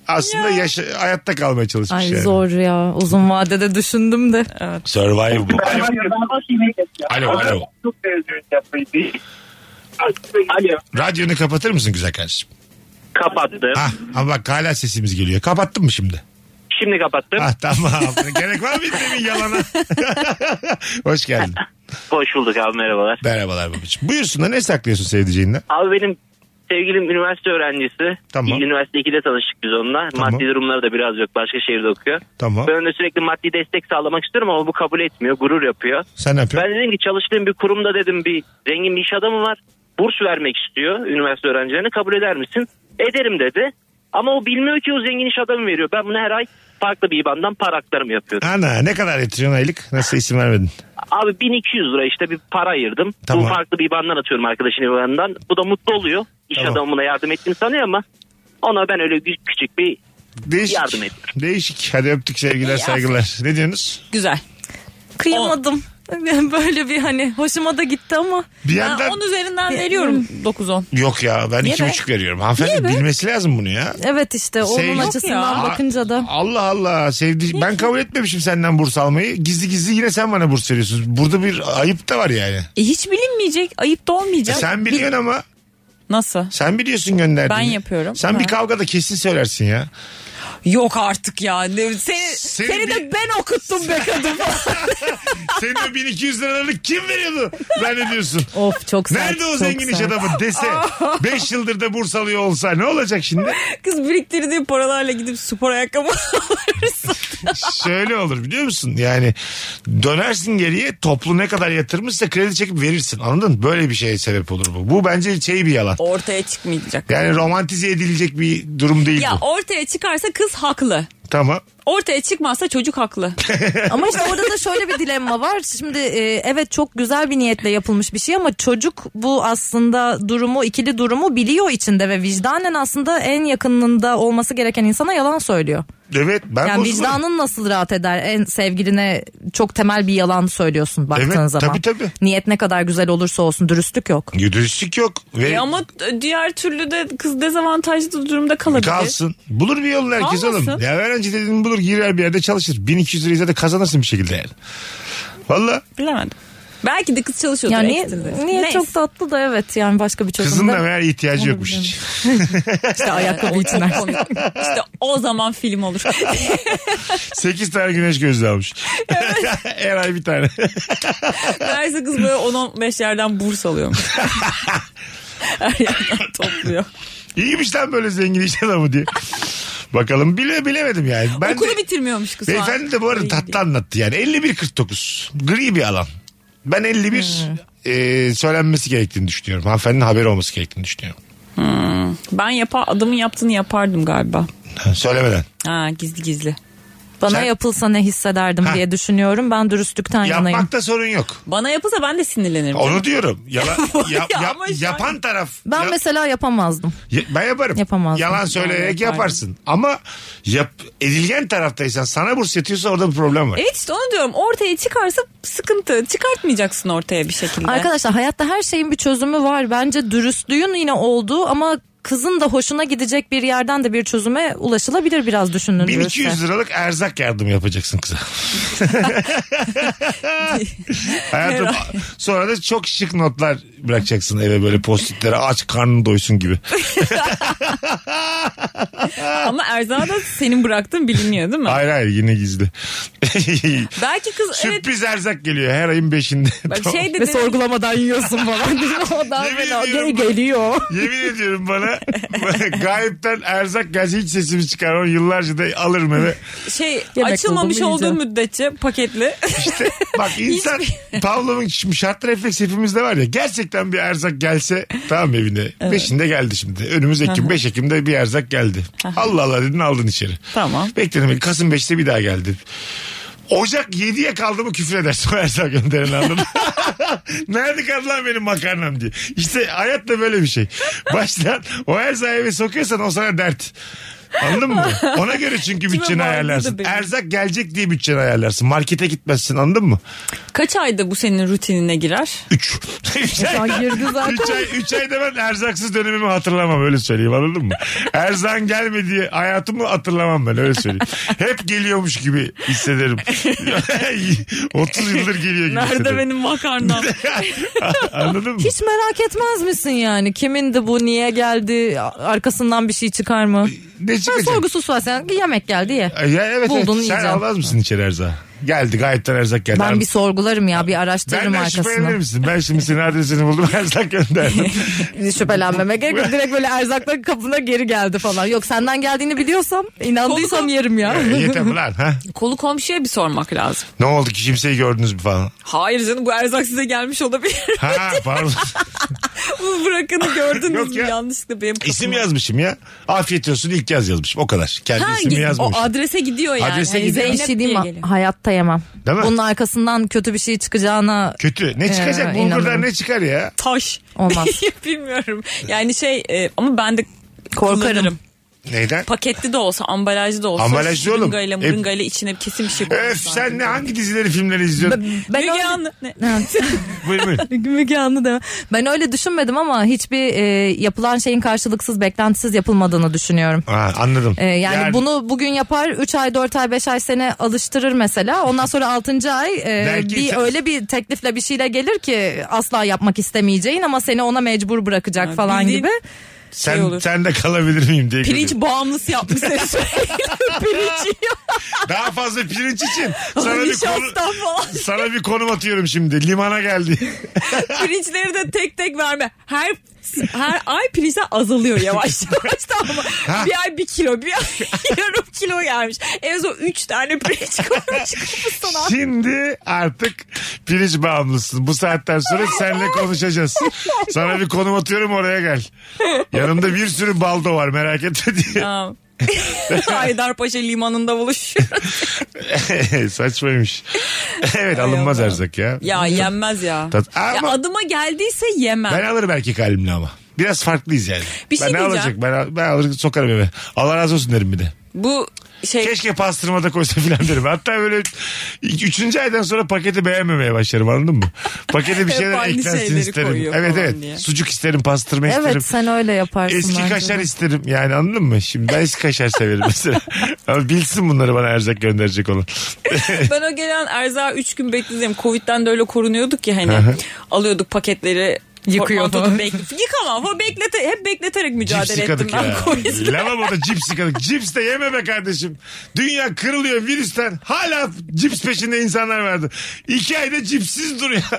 aslında yaşa- hayatta kalmaya çalışmış Ay yani. zor ya. Uzun vadede düşündüm de. Survive bu. Alo. Alo, alo. Çok sevdiğim yapmayı değil. Alo. Radyonu kapatır mısın güzel kardeşim? Kapattım. Ah ama bak hala sesimiz geliyor. Kapattın mı şimdi? Şimdi kapattım. Ah tamam. Gerek var mıydı demin yalana? Hoş geldin. Hoş bulduk abi merhabalar. Merhabalar babacığım. Buyursun da ne saklıyorsun sevdiceğinden? Abi benim sevgilim üniversite öğrencisi. Tamam. Üniversite 2'de tanıştık biz onunla. Tamam. Maddi durumları da biraz yok. Başka şehirde okuyor. Tamam. Ben de sürekli maddi destek sağlamak istiyorum ama bu kabul etmiyor. Gurur yapıyor. Sen ne Ben yapıyorsun? dedim ki çalıştığım bir kurumda dedim bir zengin bir iş adamı var. Burs vermek istiyor üniversite öğrencilerine kabul eder misin? Ederim dedi. Ama o bilmiyor ki o zengin iş adamı veriyor. Ben bunu her ay farklı bir IBAN'dan para aktarımı yapıyordum. Ana ne kadar yatırıyorsun aylık? Nasıl isim vermedin? Abi 1200 lira işte bir para ayırdım. Tamam. Bu farklı bir IBAN'dan atıyorum arkadaşın IBAN'dan. Bu da mutlu oluyor. İş Tamam. adamına yardım ettiğini sanıyor ama ona ben öyle bir küçük bir Değişik. Yardım et. Değişik. Hadi öptük sevgiler saygılar. Ne diyorsunuz? Güzel. Kıyamadım. Böyle bir hani hoşuma da gitti ama. Bir Ben yandan 10 üzerinden veriyorum 9-10. yok ya ben Niye iki be? buçuk veriyorum. Hanımefendi bilmesi lazım bunu ya. Evet işte onun Sevgi- açısından Yok ya. bakınca da. Allah Allah sevdi. Ben kabul etmemişim senden burs almayı. Gizli gizli yine sen bana burs veriyorsun. Burada bir ayıp da var yani. E, hiç bilinmeyecek, ayıp da E olmayacak. sen biliyorsun ama Nasıl? sen biliyorsun gönderdiğini. Ben yapıyorum. Sen bir Ha. kavgada kesin söylersin ya. Yok artık ya. Ne- Seni, Seni seni, bir- de ben okuttum be kadın. Senin o 1200 liralarını kim veriyordu zannediyorsun? Of çok sert. Nerede o çok zengin iş sert. adamı dese Oh. 5 yıldır da burs alıyor olsa ne olacak şimdi? Kız biriktirdiği paralarla gidip spor ayakkabı alırsın. Şöyle olur biliyor musun? Yani dönersin geriye toplu ne kadar yatırmışsa kredi çekip verirsin anladın mı? Böyle bir şeye sebep olur bu. Bu bence şey bir yalan. Ortaya çıkmayacak. Yani romantize edilecek bir durum değil Ya bu. ortaya çıkarsa kız haklı. Tamam. Ortaya çıkmazsa çocuk haklı. Şey- Ama işte orada da şöyle bir dilemma var. Şimdi e, evet çok güzel bir niyetle yapılmış bir şey ama çocuk bu aslında durumu ikili durumu biliyor içinde ve vicdanen aslında en yakınında olması gereken insana yalan söylüyor. Evet ben Yani bozuldum. vicdanın nasıl rahat eder? En sevgiline çok temel bir yalan söylüyorsun baktığın Evet, zaman. tabii, tabii. Niyet ne kadar güzel olursa olsun dürüstlük yok. Dürüstlük yok. Ve E ama diğer türlü de kız dezavantajlı durumda kalabilir. E, Kalsın. Bulur bir yolunu herkes Kalmasın. oğlum. Ya öğrenci dediğin bulur girer bir yerde çalışır. 1200 lirayı zaten kazanırsın bir şekilde yani. Valla Bilemedim. Belki de kız çalışıyordur. Yani niye, ekstrada. niye Neyse. çok tatlı da evet yani başka bir kızın çözüm da de meğer ihtiyacı yokmuş hiç. işte ayakkabı O çok için her şey. komik. İşte o zaman film olur. 8 tane güneş gözlüğü almış. Her ay bir tane. Meğerse kız böyle 10-15 yerden burs alıyormuş. Her yerden topluyor. İyiymiş lan böyle zengin iş adamı diye. Bakalım bile bilemedim yani. Ben Okulu de- bitirmiyormuş kız. o an. Beyefendi de bu arada Öyle tatlı anlattı yani. 51-49 gri bir alan. Ben 51 e, söylenmesi gerektiğini düşünüyorum. Hanımefendinin haberi olması gerektiğini düşünüyorum. gidiyor. Ben yapar, adamın yaptığını yapardım galiba. Ha, Söylemeden. Ha gizli gizli. Bana Sen- yapılsa ne hissederdim Ha. diye düşünüyorum. Ben dürüstlükten yanayım. Yapmakta sorun yok. Bana yapılsa ben de sinirlenirim. Onu diyorum. Yala, ya- Ya ya- ama şu an- yapan taraf. Ben Ya- mesela yapamazdım. ya- ben yaparım. Yapamazdım. Yalan Ben söyleyerek yapardım. yaparsın. Ama yap, edilgen taraftaysan sana burs yetiyorsa orada bir problem var. Evet E, işte onu diyorum. Ortaya çıkarsa sıkıntı. Çıkartmayacaksın ortaya bir şekilde. Arkadaşlar hayatta her şeyin bir çözümü var. Bence dürüstlüğün yine olduğu ama kızın da hoşuna gidecek bir yerden de bir çözüme ulaşılabilir biraz düşünülürse. 1200 liralık erzak yardım yapacaksın kıza. Hayatım sonra da çok şık notlar bırakacaksın eve böyle postitlere aç karnın doysun gibi. Ama Erza da senin bıraktığın biliniyor değil mi? Hayır hayır yine gizli. Belki kız evet Sürpriz erzak geliyor her ayın beşinde. bak Tamam. şey Ve dedi. sorgulamadan yiyorsun falan. o daha Yemin fena. ediyorum. Geri geliyor. Yemin ediyorum bana gayipten erzak gelse hiç sesimi çıkarmam yıllarca da alırım eve. şey Yemek açılmamış buldum, olduğu yiyeceğim. müddetçe paketli. İşte bak insan Pavlov'un şimdi şart refleks hepimizde var ya gerçekten bir erzak gelse tamam evine. Beşinde geldi şimdi. Önümüz Ekim 5 Ekim'de bir erzak geldi. Allah Allah dedin aldın içeri. Tamam. Bekledim Kasım 5'te bir daha geldi. Ocak 7'ye kaldı mı küfür edersin o erzak gönderen anladın mı? Nerede kaldı lan benim makarnam diye. İşte hayat da böyle bir şey. Baştan o erzağı eve sokuyorsan o sana dert. Anladın mı? Ona göre çünkü bütçeni bağlı da ayarlarsın. benim. Erzak gelecek diye bütçeni ayarlarsın. Markete gitmezsin anladın mı? Kaç ayda bu senin rutinine girer? 3. 3 ay, Ya girdi zaten. 3 ay, üç ayda ben erzaksız dönemimi hatırlamam öyle söyleyeyim anladın mı? Erzan gelmediği hayatımı hatırlamam ben öyle söyleyeyim. Hep geliyormuş gibi hissederim. 30 yıldır geliyor gibi Nerede hissederim. benim makarnam? Anladın mı? Hiç merak etmez misin yani? Kimindi bu? Niye geldi? Arkasından bir şey çıkar mı? Ne Ben çıkacak? sorgusuz var sen. Yemek geldi ye. şey- Ay, E, Ya evet, evet. Buldun, sen yiyeceğim. almaz mısın içeri erzağı? Geldi gayetten erzak geldi. Ben bir sorgularım ya bir araştırırım Benden şüphelenir arkasını. misin? Ben şimdi senin adresini buldum erzak gönderdim. Şüphelenmeme gerek yok. Direkt böyle erzakların kapına geri geldi falan. Yok senden geldiğini biliyorsam inandıysam yerim ya. E, Yeter mi lan? Ha? Kolu komşuya bir sormak lazım. Ne oldu ki kimseyi gördünüz mü falan? Hayır canım bu erzak size gelmiş olabilir. Ha pardon. bu bırakını gördünüz Yok mü? ya. Yanlışlıkla benim kapıma. İsim yazmışım ya. Afiyet olsun ilk yaz yazmışım. O kadar. Kendi Ha, ismimi o yazmamışım. adrese gidiyor yani. Adrese Hani gidiyor. Bir Zeynep şey diyeyim diye mi? geliyor. Hayatta yemem. Değil mi? Bunun arkasından kötü bir şey çıkacağına Kötü. Ne çıkacak? Ee, Bulgurdan inanırım. ne çıkar ya? Taş. Olmaz. Bilmiyorum. Yani şey e, ama ben de Korkarım. kullanırım. Neyden? Paketli de olsa, ambalajlı da olsa. Ambalajlı oğlum. şırıngayla, E- mırıngayla içine kesin bir şey Öf koymuşlar. sen ne hangi dizileri filmleri izliyorsun? ben Müge öyle, Anlı- ne? buyur buyur. Müge Anlı deme. Ben öyle düşünmedim ama hiçbir e, yapılan şeyin karşılıksız, beklentisiz yapılmadığını düşünüyorum. Ha, anladım. E, yani, Yarın bunu bugün yapar 3 ay 4 ay 5 ay sene alıştırır mesela ondan sonra 6. ay e, Belki bir sen- öyle bir teklifle bir şeyle gelir ki asla yapmak istemeyeceğin ama seni ona mecbur bırakacak Ha, falan bildiğin- gibi. sen, şey olur. sen de kalabilir miyim diye. Pirinç görüyorum. bağımlısı yapmış seni sürekli. Pirinç yiyor. Daha fazla pirinç için. Sana bir, konu, Nişastan falan. sana bir konum atıyorum şimdi. Limana geldi. Pirinçleri de tek tek verme. Her her ay pirinçler azalıyor yavaş yavaş tamam mı? Bir ay bir kilo, bir ay yarım kilo gelmiş. En son üç tane pirinç koymuş kapısına. Şimdi artık pirinç bağımlısın. Bu saatten sonra seninle konuşacağız. Sana bir konum atıyorum oraya gel. Yanımda bir sürü baldo var merak etme diye. Tamam. Haydarpaşa limanında buluşuyoruz. Saçmaymış. evet alınmaz Allah. erzak ya. Ya yenmez ya. Tat- Ama- ya adıma geldiyse yemem. Ben alırım erkek halimle ama. Biraz farklıyız yani. Bir şey ben ne diyeceğim. alacak? Ben, al- ben alırım sokarım eve. Allah razı olsun derim bir de. Bu şey Keşke pastırmada koysa filan derim. Hatta böyle ilk- üçüncü aydan sonra paketi beğenmemeye başlarım anladın mı? Pakete bir Hep şeyler aynı eklensin şeyleri isterim. koyuyor Evet falan evet. diye. Sucuk isterim, pastırma isterim. Evet sen öyle yaparsın. Eski bence kaşar de. isterim yani anladın mı? Şimdi ben eski kaşar severim mesela. Ama bilsin bunları bana erzak gönderecek olan. Ben o gelen erzağı 3 gün bekleyeceğim. Covid'den de öyle korunuyorduk ya hani. Alıyorduk paketleri. Yıkıyor portmantoda falan. Bekle, yıkama falan beklete, hep bekleterek mücadele cips ettim yıkadık ben ya. Covid'le. Lavaboda cips yıkadık. Cips de yeme be kardeşim. Dünya kırılıyor virüsten. Hala cips peşinde insanlar vardı. İki ayda cipsiz dur ya.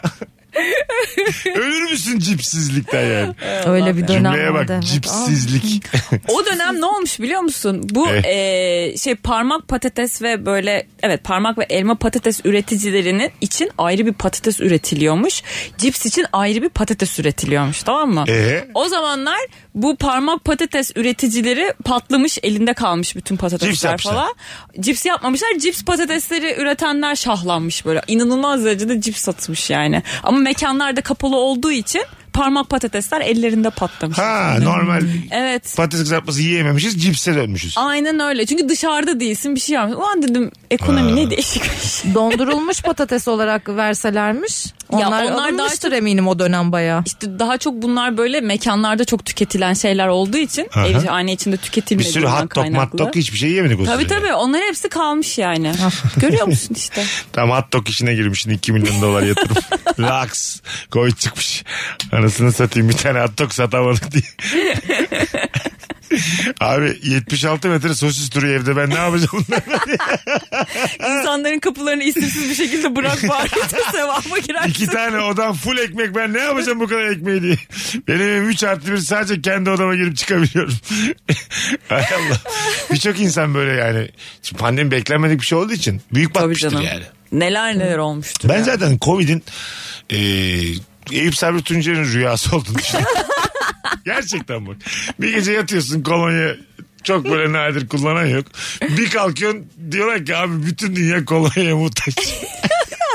Ölür müsün cipsizlikten yani? Öyle bir dönem Cümleye bak vardı, evet. cipsizlik. O dönem ne olmuş biliyor musun? Bu Evet. eee, şey parmak patates ve böyle evet parmak ve elma patates üreticilerinin için ayrı bir patates üretiliyormuş. Cips için ayrı bir patates üretiliyormuş tamam mı? Ee? O zamanlar bu parmak patates üreticileri patlamış elinde kalmış bütün patatesler Cips yapmışlar. falan. Cips yapmamışlar. Cips patatesleri üretenler şahlanmış böyle. İnanılmaz derecede cips satmış yani. Ama mekanlarda kapalı olduğu için parmak patatesler ellerinde patlamış. Ha normal Evet. patates kızartması yiyememişiz cipse dönmüşüz. Aynen öyle. Çünkü dışarıda değilsin bir şey yapmıyorsun. Ulan dedim ekonomi ne değişik. şey. Dondurulmuş patates olarak verselermiş. Ya Onlar, onlar daha alınmıştır eminim o dönem bayağı. işte daha çok bunlar böyle mekanlarda çok tüketilen şeyler olduğu için Aha. ev hane içinde Bir tüketilmediğinden sürü hot dog mat kaynaklı. dog hiçbir şey yemedik o Tabii sırada. tabii onlar hepsi kalmış yani. Görüyor musun işte. Tam hot dog işine girmişsin 2 milyon dolar yatırım. Laks. Koy çıkmış. Anasını satayım bir tane hot dog satamadık diye. Abi 76 metre sosis duruyor evde ben ne yapacağım? Ee, İnsanların kapılarını isimsiz bir şekilde bırak bari sevaba İki girersin. tane odam full ekmek ben ne yapacağım bu kadar ekmeği diye. Benim evim 3 artı bir sadece kendi odama girip çıkabiliyorum. Hay Allah. Birçok insan böyle yani. Şimdi pandemi beklenmedik bir şey olduğu için büyük batmıştır yani. Neler neler olmuştur. Ben ya. zaten Covid'in e, Eyüp Sabri Tuncer'in rüyası olduğunu düşünüyorum. Gerçekten bak. Bir gece yatıyorsun kolonya çok böyle nadir kullanan yok. Bir kalkıyorsun diyorlar ki abi bütün dünya kolonyaya muhtaç.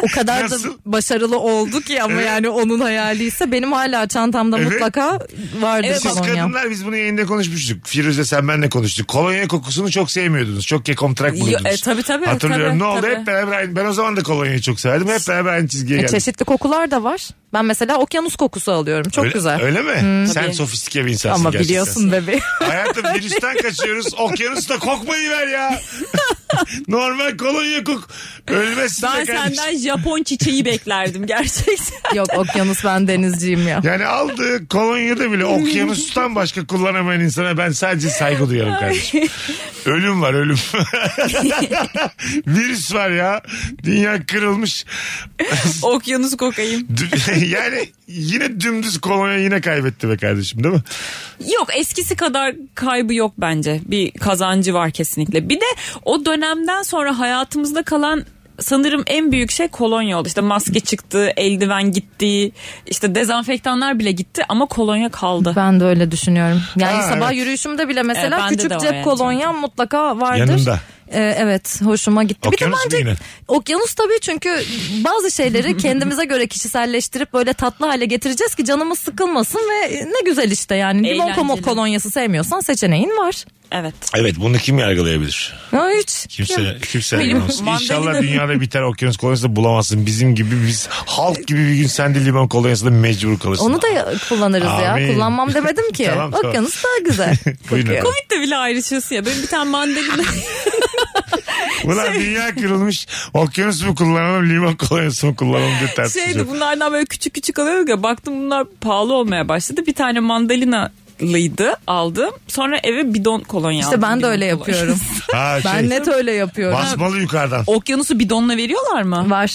O kadar da Nasıl? başarılı oldu ki ama yani onun hayaliyse benim hala çantamda Evet. mutlaka vardır Evet, Siz kolonya. kadınlar biz bunu yayında konuşmuştuk. Firuze sen benle konuştuk. Kolonya kokusunu çok sevmiyordunuz. Çok kekomtrak buluyordunuz. Yo, e, tabii, tabii, Hatırlıyorum. tabii, ne oldu? tabii. Hep beraber aynı. Ben o zaman da kolonyayı çok severdim. Hep beraber aynı çizgiye E, geldik. çeşitli kokular da var. Ben mesela okyanus kokusu alıyorum. Çok öyle, güzel. Öyle mi? sen Hmm. Tabii. sofistike bir insansın ama gerçekten. biliyorsun bebeğim. Hayatım virüsten kaçıyoruz. Okyanusta kokmayı ver ya. Normal kolonya kok. Ölmezsin Ben be kardeşim. senden Japon çiçeği beklerdim gerçekten. Yok okyanus ben denizciyim ya. Yani aldığı kolonyada bile okyanustan başka kullanamayan insana ben sadece saygı duyarım kardeşim. Ölüm var ölüm. Virüs var ya. Dünya kırılmış. Okyanus kokayım. Dü- yani yine dümdüz kolonya yine kaybetti be kardeşim değil mi? Yok eskisi kadar kaybı yok bence. Bir kazancı var kesinlikle. Bir de o dönemden sonra hayatımızda kalan sanırım en büyük şey kolonya oldu. İşte maske çıktı, eldiven gitti, işte dezenfektanlar bile gitti ama kolonya kaldı. Ben de öyle düşünüyorum. Yani Ha, sabah evet. yürüyüşümde bile Evet, mesela bende de küçük var cep yani kolonyam mutlaka vardır. Yanında. Ee, evet hoşuma gitti. Okyanus mu bir de bence yine? okyanus tabii çünkü bazı şeyleri kendimize göre kişiselleştirip böyle tatlı hale getireceğiz ki canımız sıkılmasın ve ne güzel işte yani. Limon Eğlenceli. komo- kolonyası sevmiyorsan seçeneğin var. Evet. Evet bunu kim yargılayabilir? Ya hiç. Ya. Kimse, kimse Benim yargılamaz. İnşallah mandalina- dünyada biter okyanus kolonyası da bulamazsın. Bizim gibi biz halk gibi bir gün sen de limon kolonyasında mecbur kalırsın. Onu da ya- kullanırız Amin. ya. Kullanmam demedim ki. Tamam, tamam. Okyanus daha güzel. Buyurun. kokuyor. Covid de bile ayrışıyorsun ya. Benim bir tane mandalina Ulan Şey- dünya kırılmış. Okyanus mu kullanalım limon kolonyası mı kullanalım Şey diye tartışacağız. şeydi bunlardan böyle küçük küçük alıyorduk ya baktım bunlar pahalı olmaya başladı. Bir tane mandalinalıydı aldım. Sonra eve bidon kolonya aldım. İşte ben de Bidon öyle kolonya. yapıyorum. Ha, şey, ben net öyle yapıyorum. Basmalı yukarıdan. Okyanusu bidonla veriyorlar mı? Var.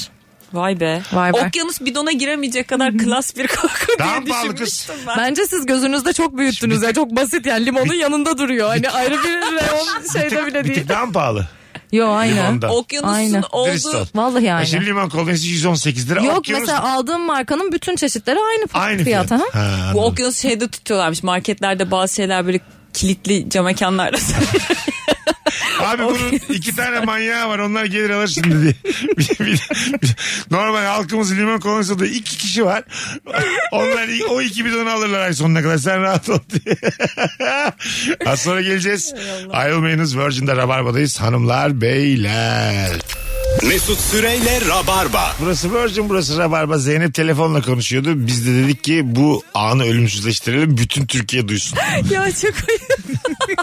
Vay be. Vay be. Okyanus bidona giremeyecek kadar klas bir koku Daha diye pahalı kız. düşünmüştüm ben. Bence siz gözünüzde çok büyüttünüz ya. Çok basit yani limonun yanında duruyor. Hani ayrı bir reyon şeyde bile Bir değil. tık daha mı pahalı? Yo aynen. Limonda. Okyanusun Aynen. olduğu Bristol. Vallahi Ya E Şimdi aynı. limon kolonyası 118 lira. Yok okyanus mesela aldığım markanın bütün çeşitleri aynı, E, aynı fiyat. fiyat. ha? Ha, anladım. bu okyanus şeyde tutuyorlarmış. Marketlerde bazı şeyler böyle kilitli cam mekanlarda. Abi bunun iki tane manyağı var onlar gelir alır şimdi diye. Bir- bir- bir- Normal halkımız limon kolonyasında iki kişi var. Onlar i- o iki bidonu alırlar ay sonuna kadar sen rahat ol diye. Az sonra geleceğiz. Ayrılmayınız Virgin'de Rabarba'dayız hanımlar beyler. Mesut Süreyle Rabarba. Burası Virgin burası Rabarba. Zeynep telefonla konuşuyordu. Biz de dedik ki bu anı ölümsüzleştirelim bütün Türkiye duysun. ya çok ayıp.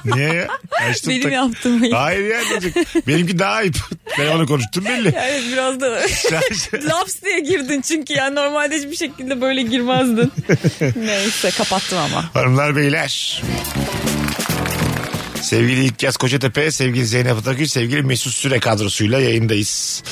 Niye ya? Açtım Benim tak- yaptığım ayıp. Hayır ya çocuk. Benimki daha ayıp. Telefonu konuştum belli. Yani biraz da laps diye girdin çünkü yani normalde hiçbir şekilde böyle girmezdin. Neyse kapattım ama. Hanımlar beyler. Sevgili İlkyaz Kocatepe, sevgili Zeynep Atakül, sevgili Mesut Süre kadrosuyla yayındayız.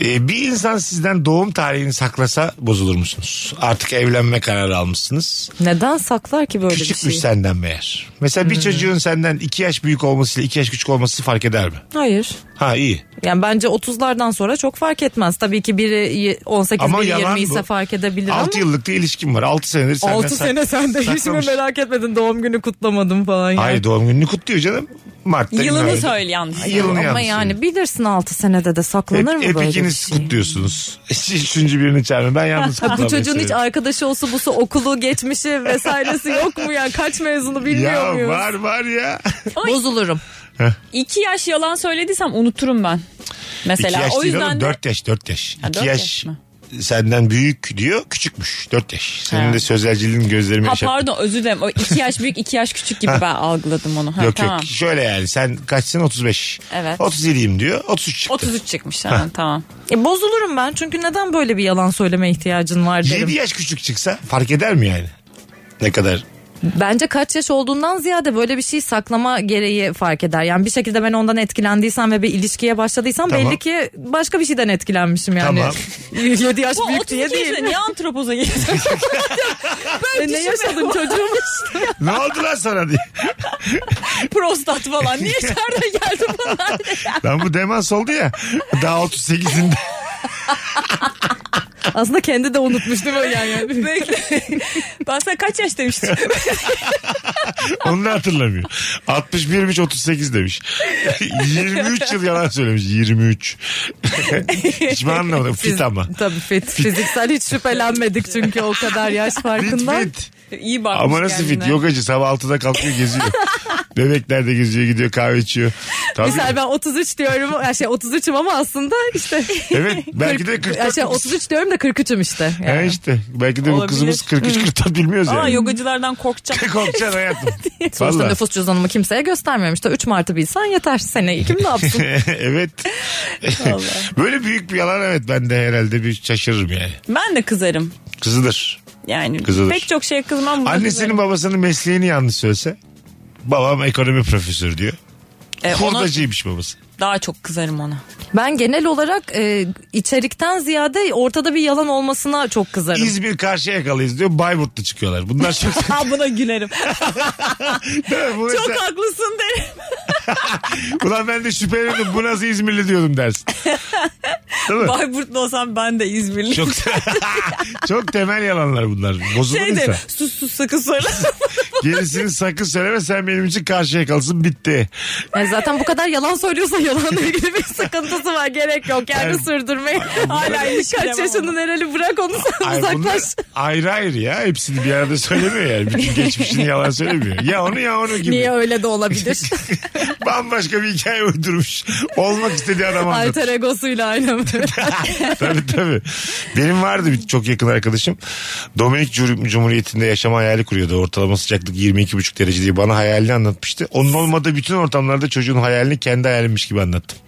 Ee, bir insan sizden doğum tarihini saklasa bozulur musunuz? Artık evlenme kararı almışsınız. Neden saklar ki böyle bir şey. Küçükmüş şeyi? senden meğer. Mesela bir çocuğun senden 2 yaş büyük olmasıyla 2 yaş küçük olması fark eder mi? Hayır. Ha iyi. Yani bence 30'lardan sonra çok fark etmez. Tabii ki biri 18 Ama biri yalan 20 ise bu. fark edebilir ama. 6 yıllık da ilişkim var. 6 senedir senden 6 sak- sene sen de hiç mi saklamış. merak etmedin doğum günü kutlamadım falan yani. Hayır doğum gününü kutluyor canım. Mart'ta. Yılını bilmem- söyle yalnız. Yılını Ama yalnız söylüyor. yani bilirsin 6 senede de Hep, saklanır mı hep böyle bir ikiniz şey? E, kutluyorsunuz. Üçüncü birini çağırın. Ben yalnız Ha, kutlamayı bu çocuğun hiç seviyorum. arkadaşı olsa busu okulu geçmişi vesairesi yok mu yani kaç mezunu bilmiyor Ya muyuz? var var ya. Bozulurum. İki yaş yalan söylediysem unuturum ben. İki Mesela yaş o değil yüzden oğlum. de Dört yaş dört yaş. Ha, İki dört yaş, yaş mı? senden büyük diyor küçükmüş. Dört yaş. Senin Ha. de sözelciliğin gözlerimi ha, yaşattı. pardon özür dilerim. O iki yaş büyük iki yaş küçük gibi ben algıladım onu. Ha, Yok tamam. yok şöyle yani sen kaçsın 35. Evet. 37'yim diyor 33 çıktı. 33 çıkmış ha, tamam. E, bozulurum ben çünkü neden böyle bir yalan söyleme ihtiyacın var derim. 7 yaş küçük çıksa fark eder mi yani? Ne kadar? Bence kaç yaş olduğundan ziyade böyle bir şey saklama gereği fark eder. Yani bir şekilde ben ondan etkilendiysem ve bir ilişkiye başladıysam Tamam. belli ki başka bir şeyden etkilenmişim yani. Tamam. 7 yaş Bu büyük 32 diye değil. yaşında niye antropoza girdin? E, ne yaşadın çocuğum? ne oldu lan sana diye. Prostat falan. Niye içeride geldi bunlar? Lan bu demans oldu ya. Daha 38'inde. Aslında kendi de unutmuş değil mi yani? yani? Bekle. ben sana kaç yaş demiştim. Onu da hatırlamıyor. 61'miş 38 demiş. 23 yıl yalan söylemiş. 23. Hiç mi anlamadım? Fit ama. Tabii fit. Fiziksel hiç şüphelenmedik çünkü o kadar yaş Fit farkından. fit. İyi bakmış Ama nasıl fit? kendine. Yogacı sabah 6'da kalkıyor geziyor. Bebekler de geziyor gidiyor kahve içiyor. Tabii. Mesela ben 33 diyorum. ya Şey 33'üm ama aslında işte. Evet belki de 44. Ya şey 33 diyorum da 43'üm işte. Ha Yani. işte belki de bu Olabilir. kızımız 43 44 bilmiyoruz Aa yani. yogacılardan korkacağım. Korkacaksın hayatım. Sonuçta Valla. nüfus cüzdanımı kimseye göstermemiş. Da 3 Mart'ı bilsen yeter. Seneyi kim ne yapsın? evet. Böyle büyük bir yalan evet ben de herhalde bir şaşırırım yani. Ben de kızarım. Kızıdır. Yani Kızılır. pek çok şeye kızmam. E, buna Annesinin kızarım. babasının mesleğini yanlış söylese. Babam ekonomi profesörü diyor. E, ona Hurdacıymış babası. daha çok kızarım ona. Ben genel olarak e, içerikten ziyade ortada bir yalan olmasına çok kızarım. İzmir karşıya yakalıyız diyor. Bayburtlu çıkıyorlar. Bunlar çok... Ha buna gülerim. Bu çok mesela- haklısın derim. Ulan ben de şüpheleniyordum. Bu nasıl İzmirli diyordum dersin. Değil mi? Bayburtlu olsam ben de İzmirli. Çok, çok temel yalanlar bunlar. Bozulur şey derim. insan. Sus sus sakın söyle. Gerisini sakın söyleme sen benim için karşıya kalsın bitti. Yani E, zaten bu kadar yalan söylüyorsa yalanla ilgili bir sıkıntısı var. Gerek yok yani sürdürmeyi. Hala ilişkilemem Kaç yaşının herhalde bırak onu sen Ay uzaklaş. bunlar ayrı ayrı ya. Hepsini bir arada söylemiyor yani. Bütün geçmişini yalan söylemiyor. Ya onu ya onu gibi. Niye öyle de olabilir? Bambaşka bir hikaye uydurmuş. Olmak istediği adam Alter anlatır. egosuyla aynı. tabii tabii. Benim vardı bir çok yakın arkadaşım. Dominik Cum- Cumhuriyeti'nde yaşama hayali kuruyordu. Ortalama sıcaklık 22,5 derece diye bana hayalini anlatmıştı. Onun olmadığı bütün ortamlarda çocuğun hayalini kendi hayalimmiş gibi anlattım.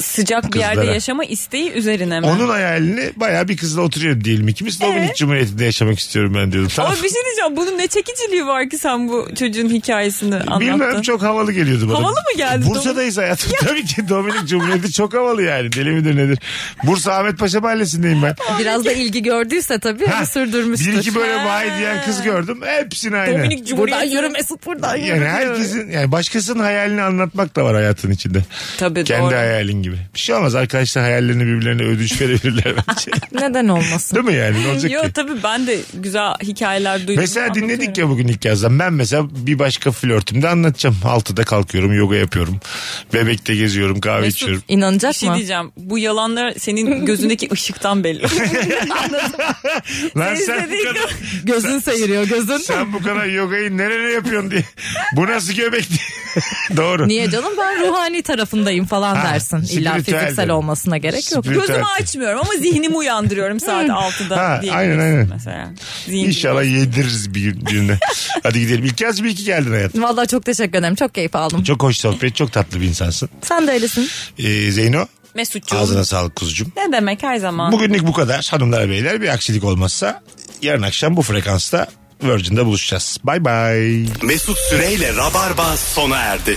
Sıcak bir yerde Kızlara. yaşama isteği üzerine mi? Onun hayalini bayağı bir kızla oturuyor diyelim ikimiz. Dominik Cumhuriyeti'nde yaşamak istiyorum ben diyordum. Tamam. Ama bir şey diyeceğim. Bunun ne çekiciliği var ki sen bu çocuğun hikayesini anlattın? Bilmem çok havalı geliyordu bana. Havalı mı geldi? Bursa'dayız hayatım. Tabii ki Dominik Cumhuriyeti çok havalı yani. Deli midir nedir? Bursa Ahmet Paşa Mahallesi'ndeyim ben. Biraz da ilgi gördüyse tabii Ha, sürdürmüştür. Bir iki böyle vay diyen kız gördüm. Hepsini aynı. Dominik Buradan Cumhuriyeti. yürü Mesut buradan yürü. Yani herkesin yani başkasının hayalini anlatmak da var hayatın içinde. Tabii Kendi doğru. hayalin gibi. Bir şey olmaz arkadaşlar hayallerini birbirlerine ödünç verebilirler bence. Neden olmasın? Değil mi yani? Ne olacak ki? Yok tabii ben de güzel hikayeler duydum. Mesela dinledik Anlatıyorum. ya bugün ilk yazdan. Ben mesela bir başka flörtümde anlatacağım. Altıda kalkıyorum, yoga yapıyorum. Bebekte geziyorum, kahve Mesut, içiyorum. Bir İnanacak şey mı? diyeceğim. Bu yalanlar senin gözündeki ışıktan belli. Lan sen bu İzlediğin kadar, Gözün seyiriyor gözün. sen bu kadar yogayı nereye yapıyorsun diye. Bu nasıl göbek diye. Doğru. Niye canım ben ruhani tarafındayım falan Ha, dersin. İlla spiritüel fiziksel dedim. olmasına gerek yok. Spiritüel. Gözümü açmıyorum ama zihnimi uyandırıyorum saat 6'da Ha, diyebilirsin aynen, aynen. mesela. Zihin İnşallah yediririz bir gün birine. Hadi gidelim. İlk yaz bir iki geldin hayatım. Vallahi çok teşekkür ederim. Çok keyif aldım. Çok hoş sohbet, çok tatlı bir insansın. Sen de öylesin. Ee, Zeyno, Mesutcuğum. ağzına sağlık kuzucuğum. Ne demek her zaman. Bugünlük bu kadar hanımlar beyler. Bir aksilik olmazsa yarın akşam bu frekansta Virgin'de buluşacağız. Bay bay. Mesut Süreyle Rabarba sona erdi.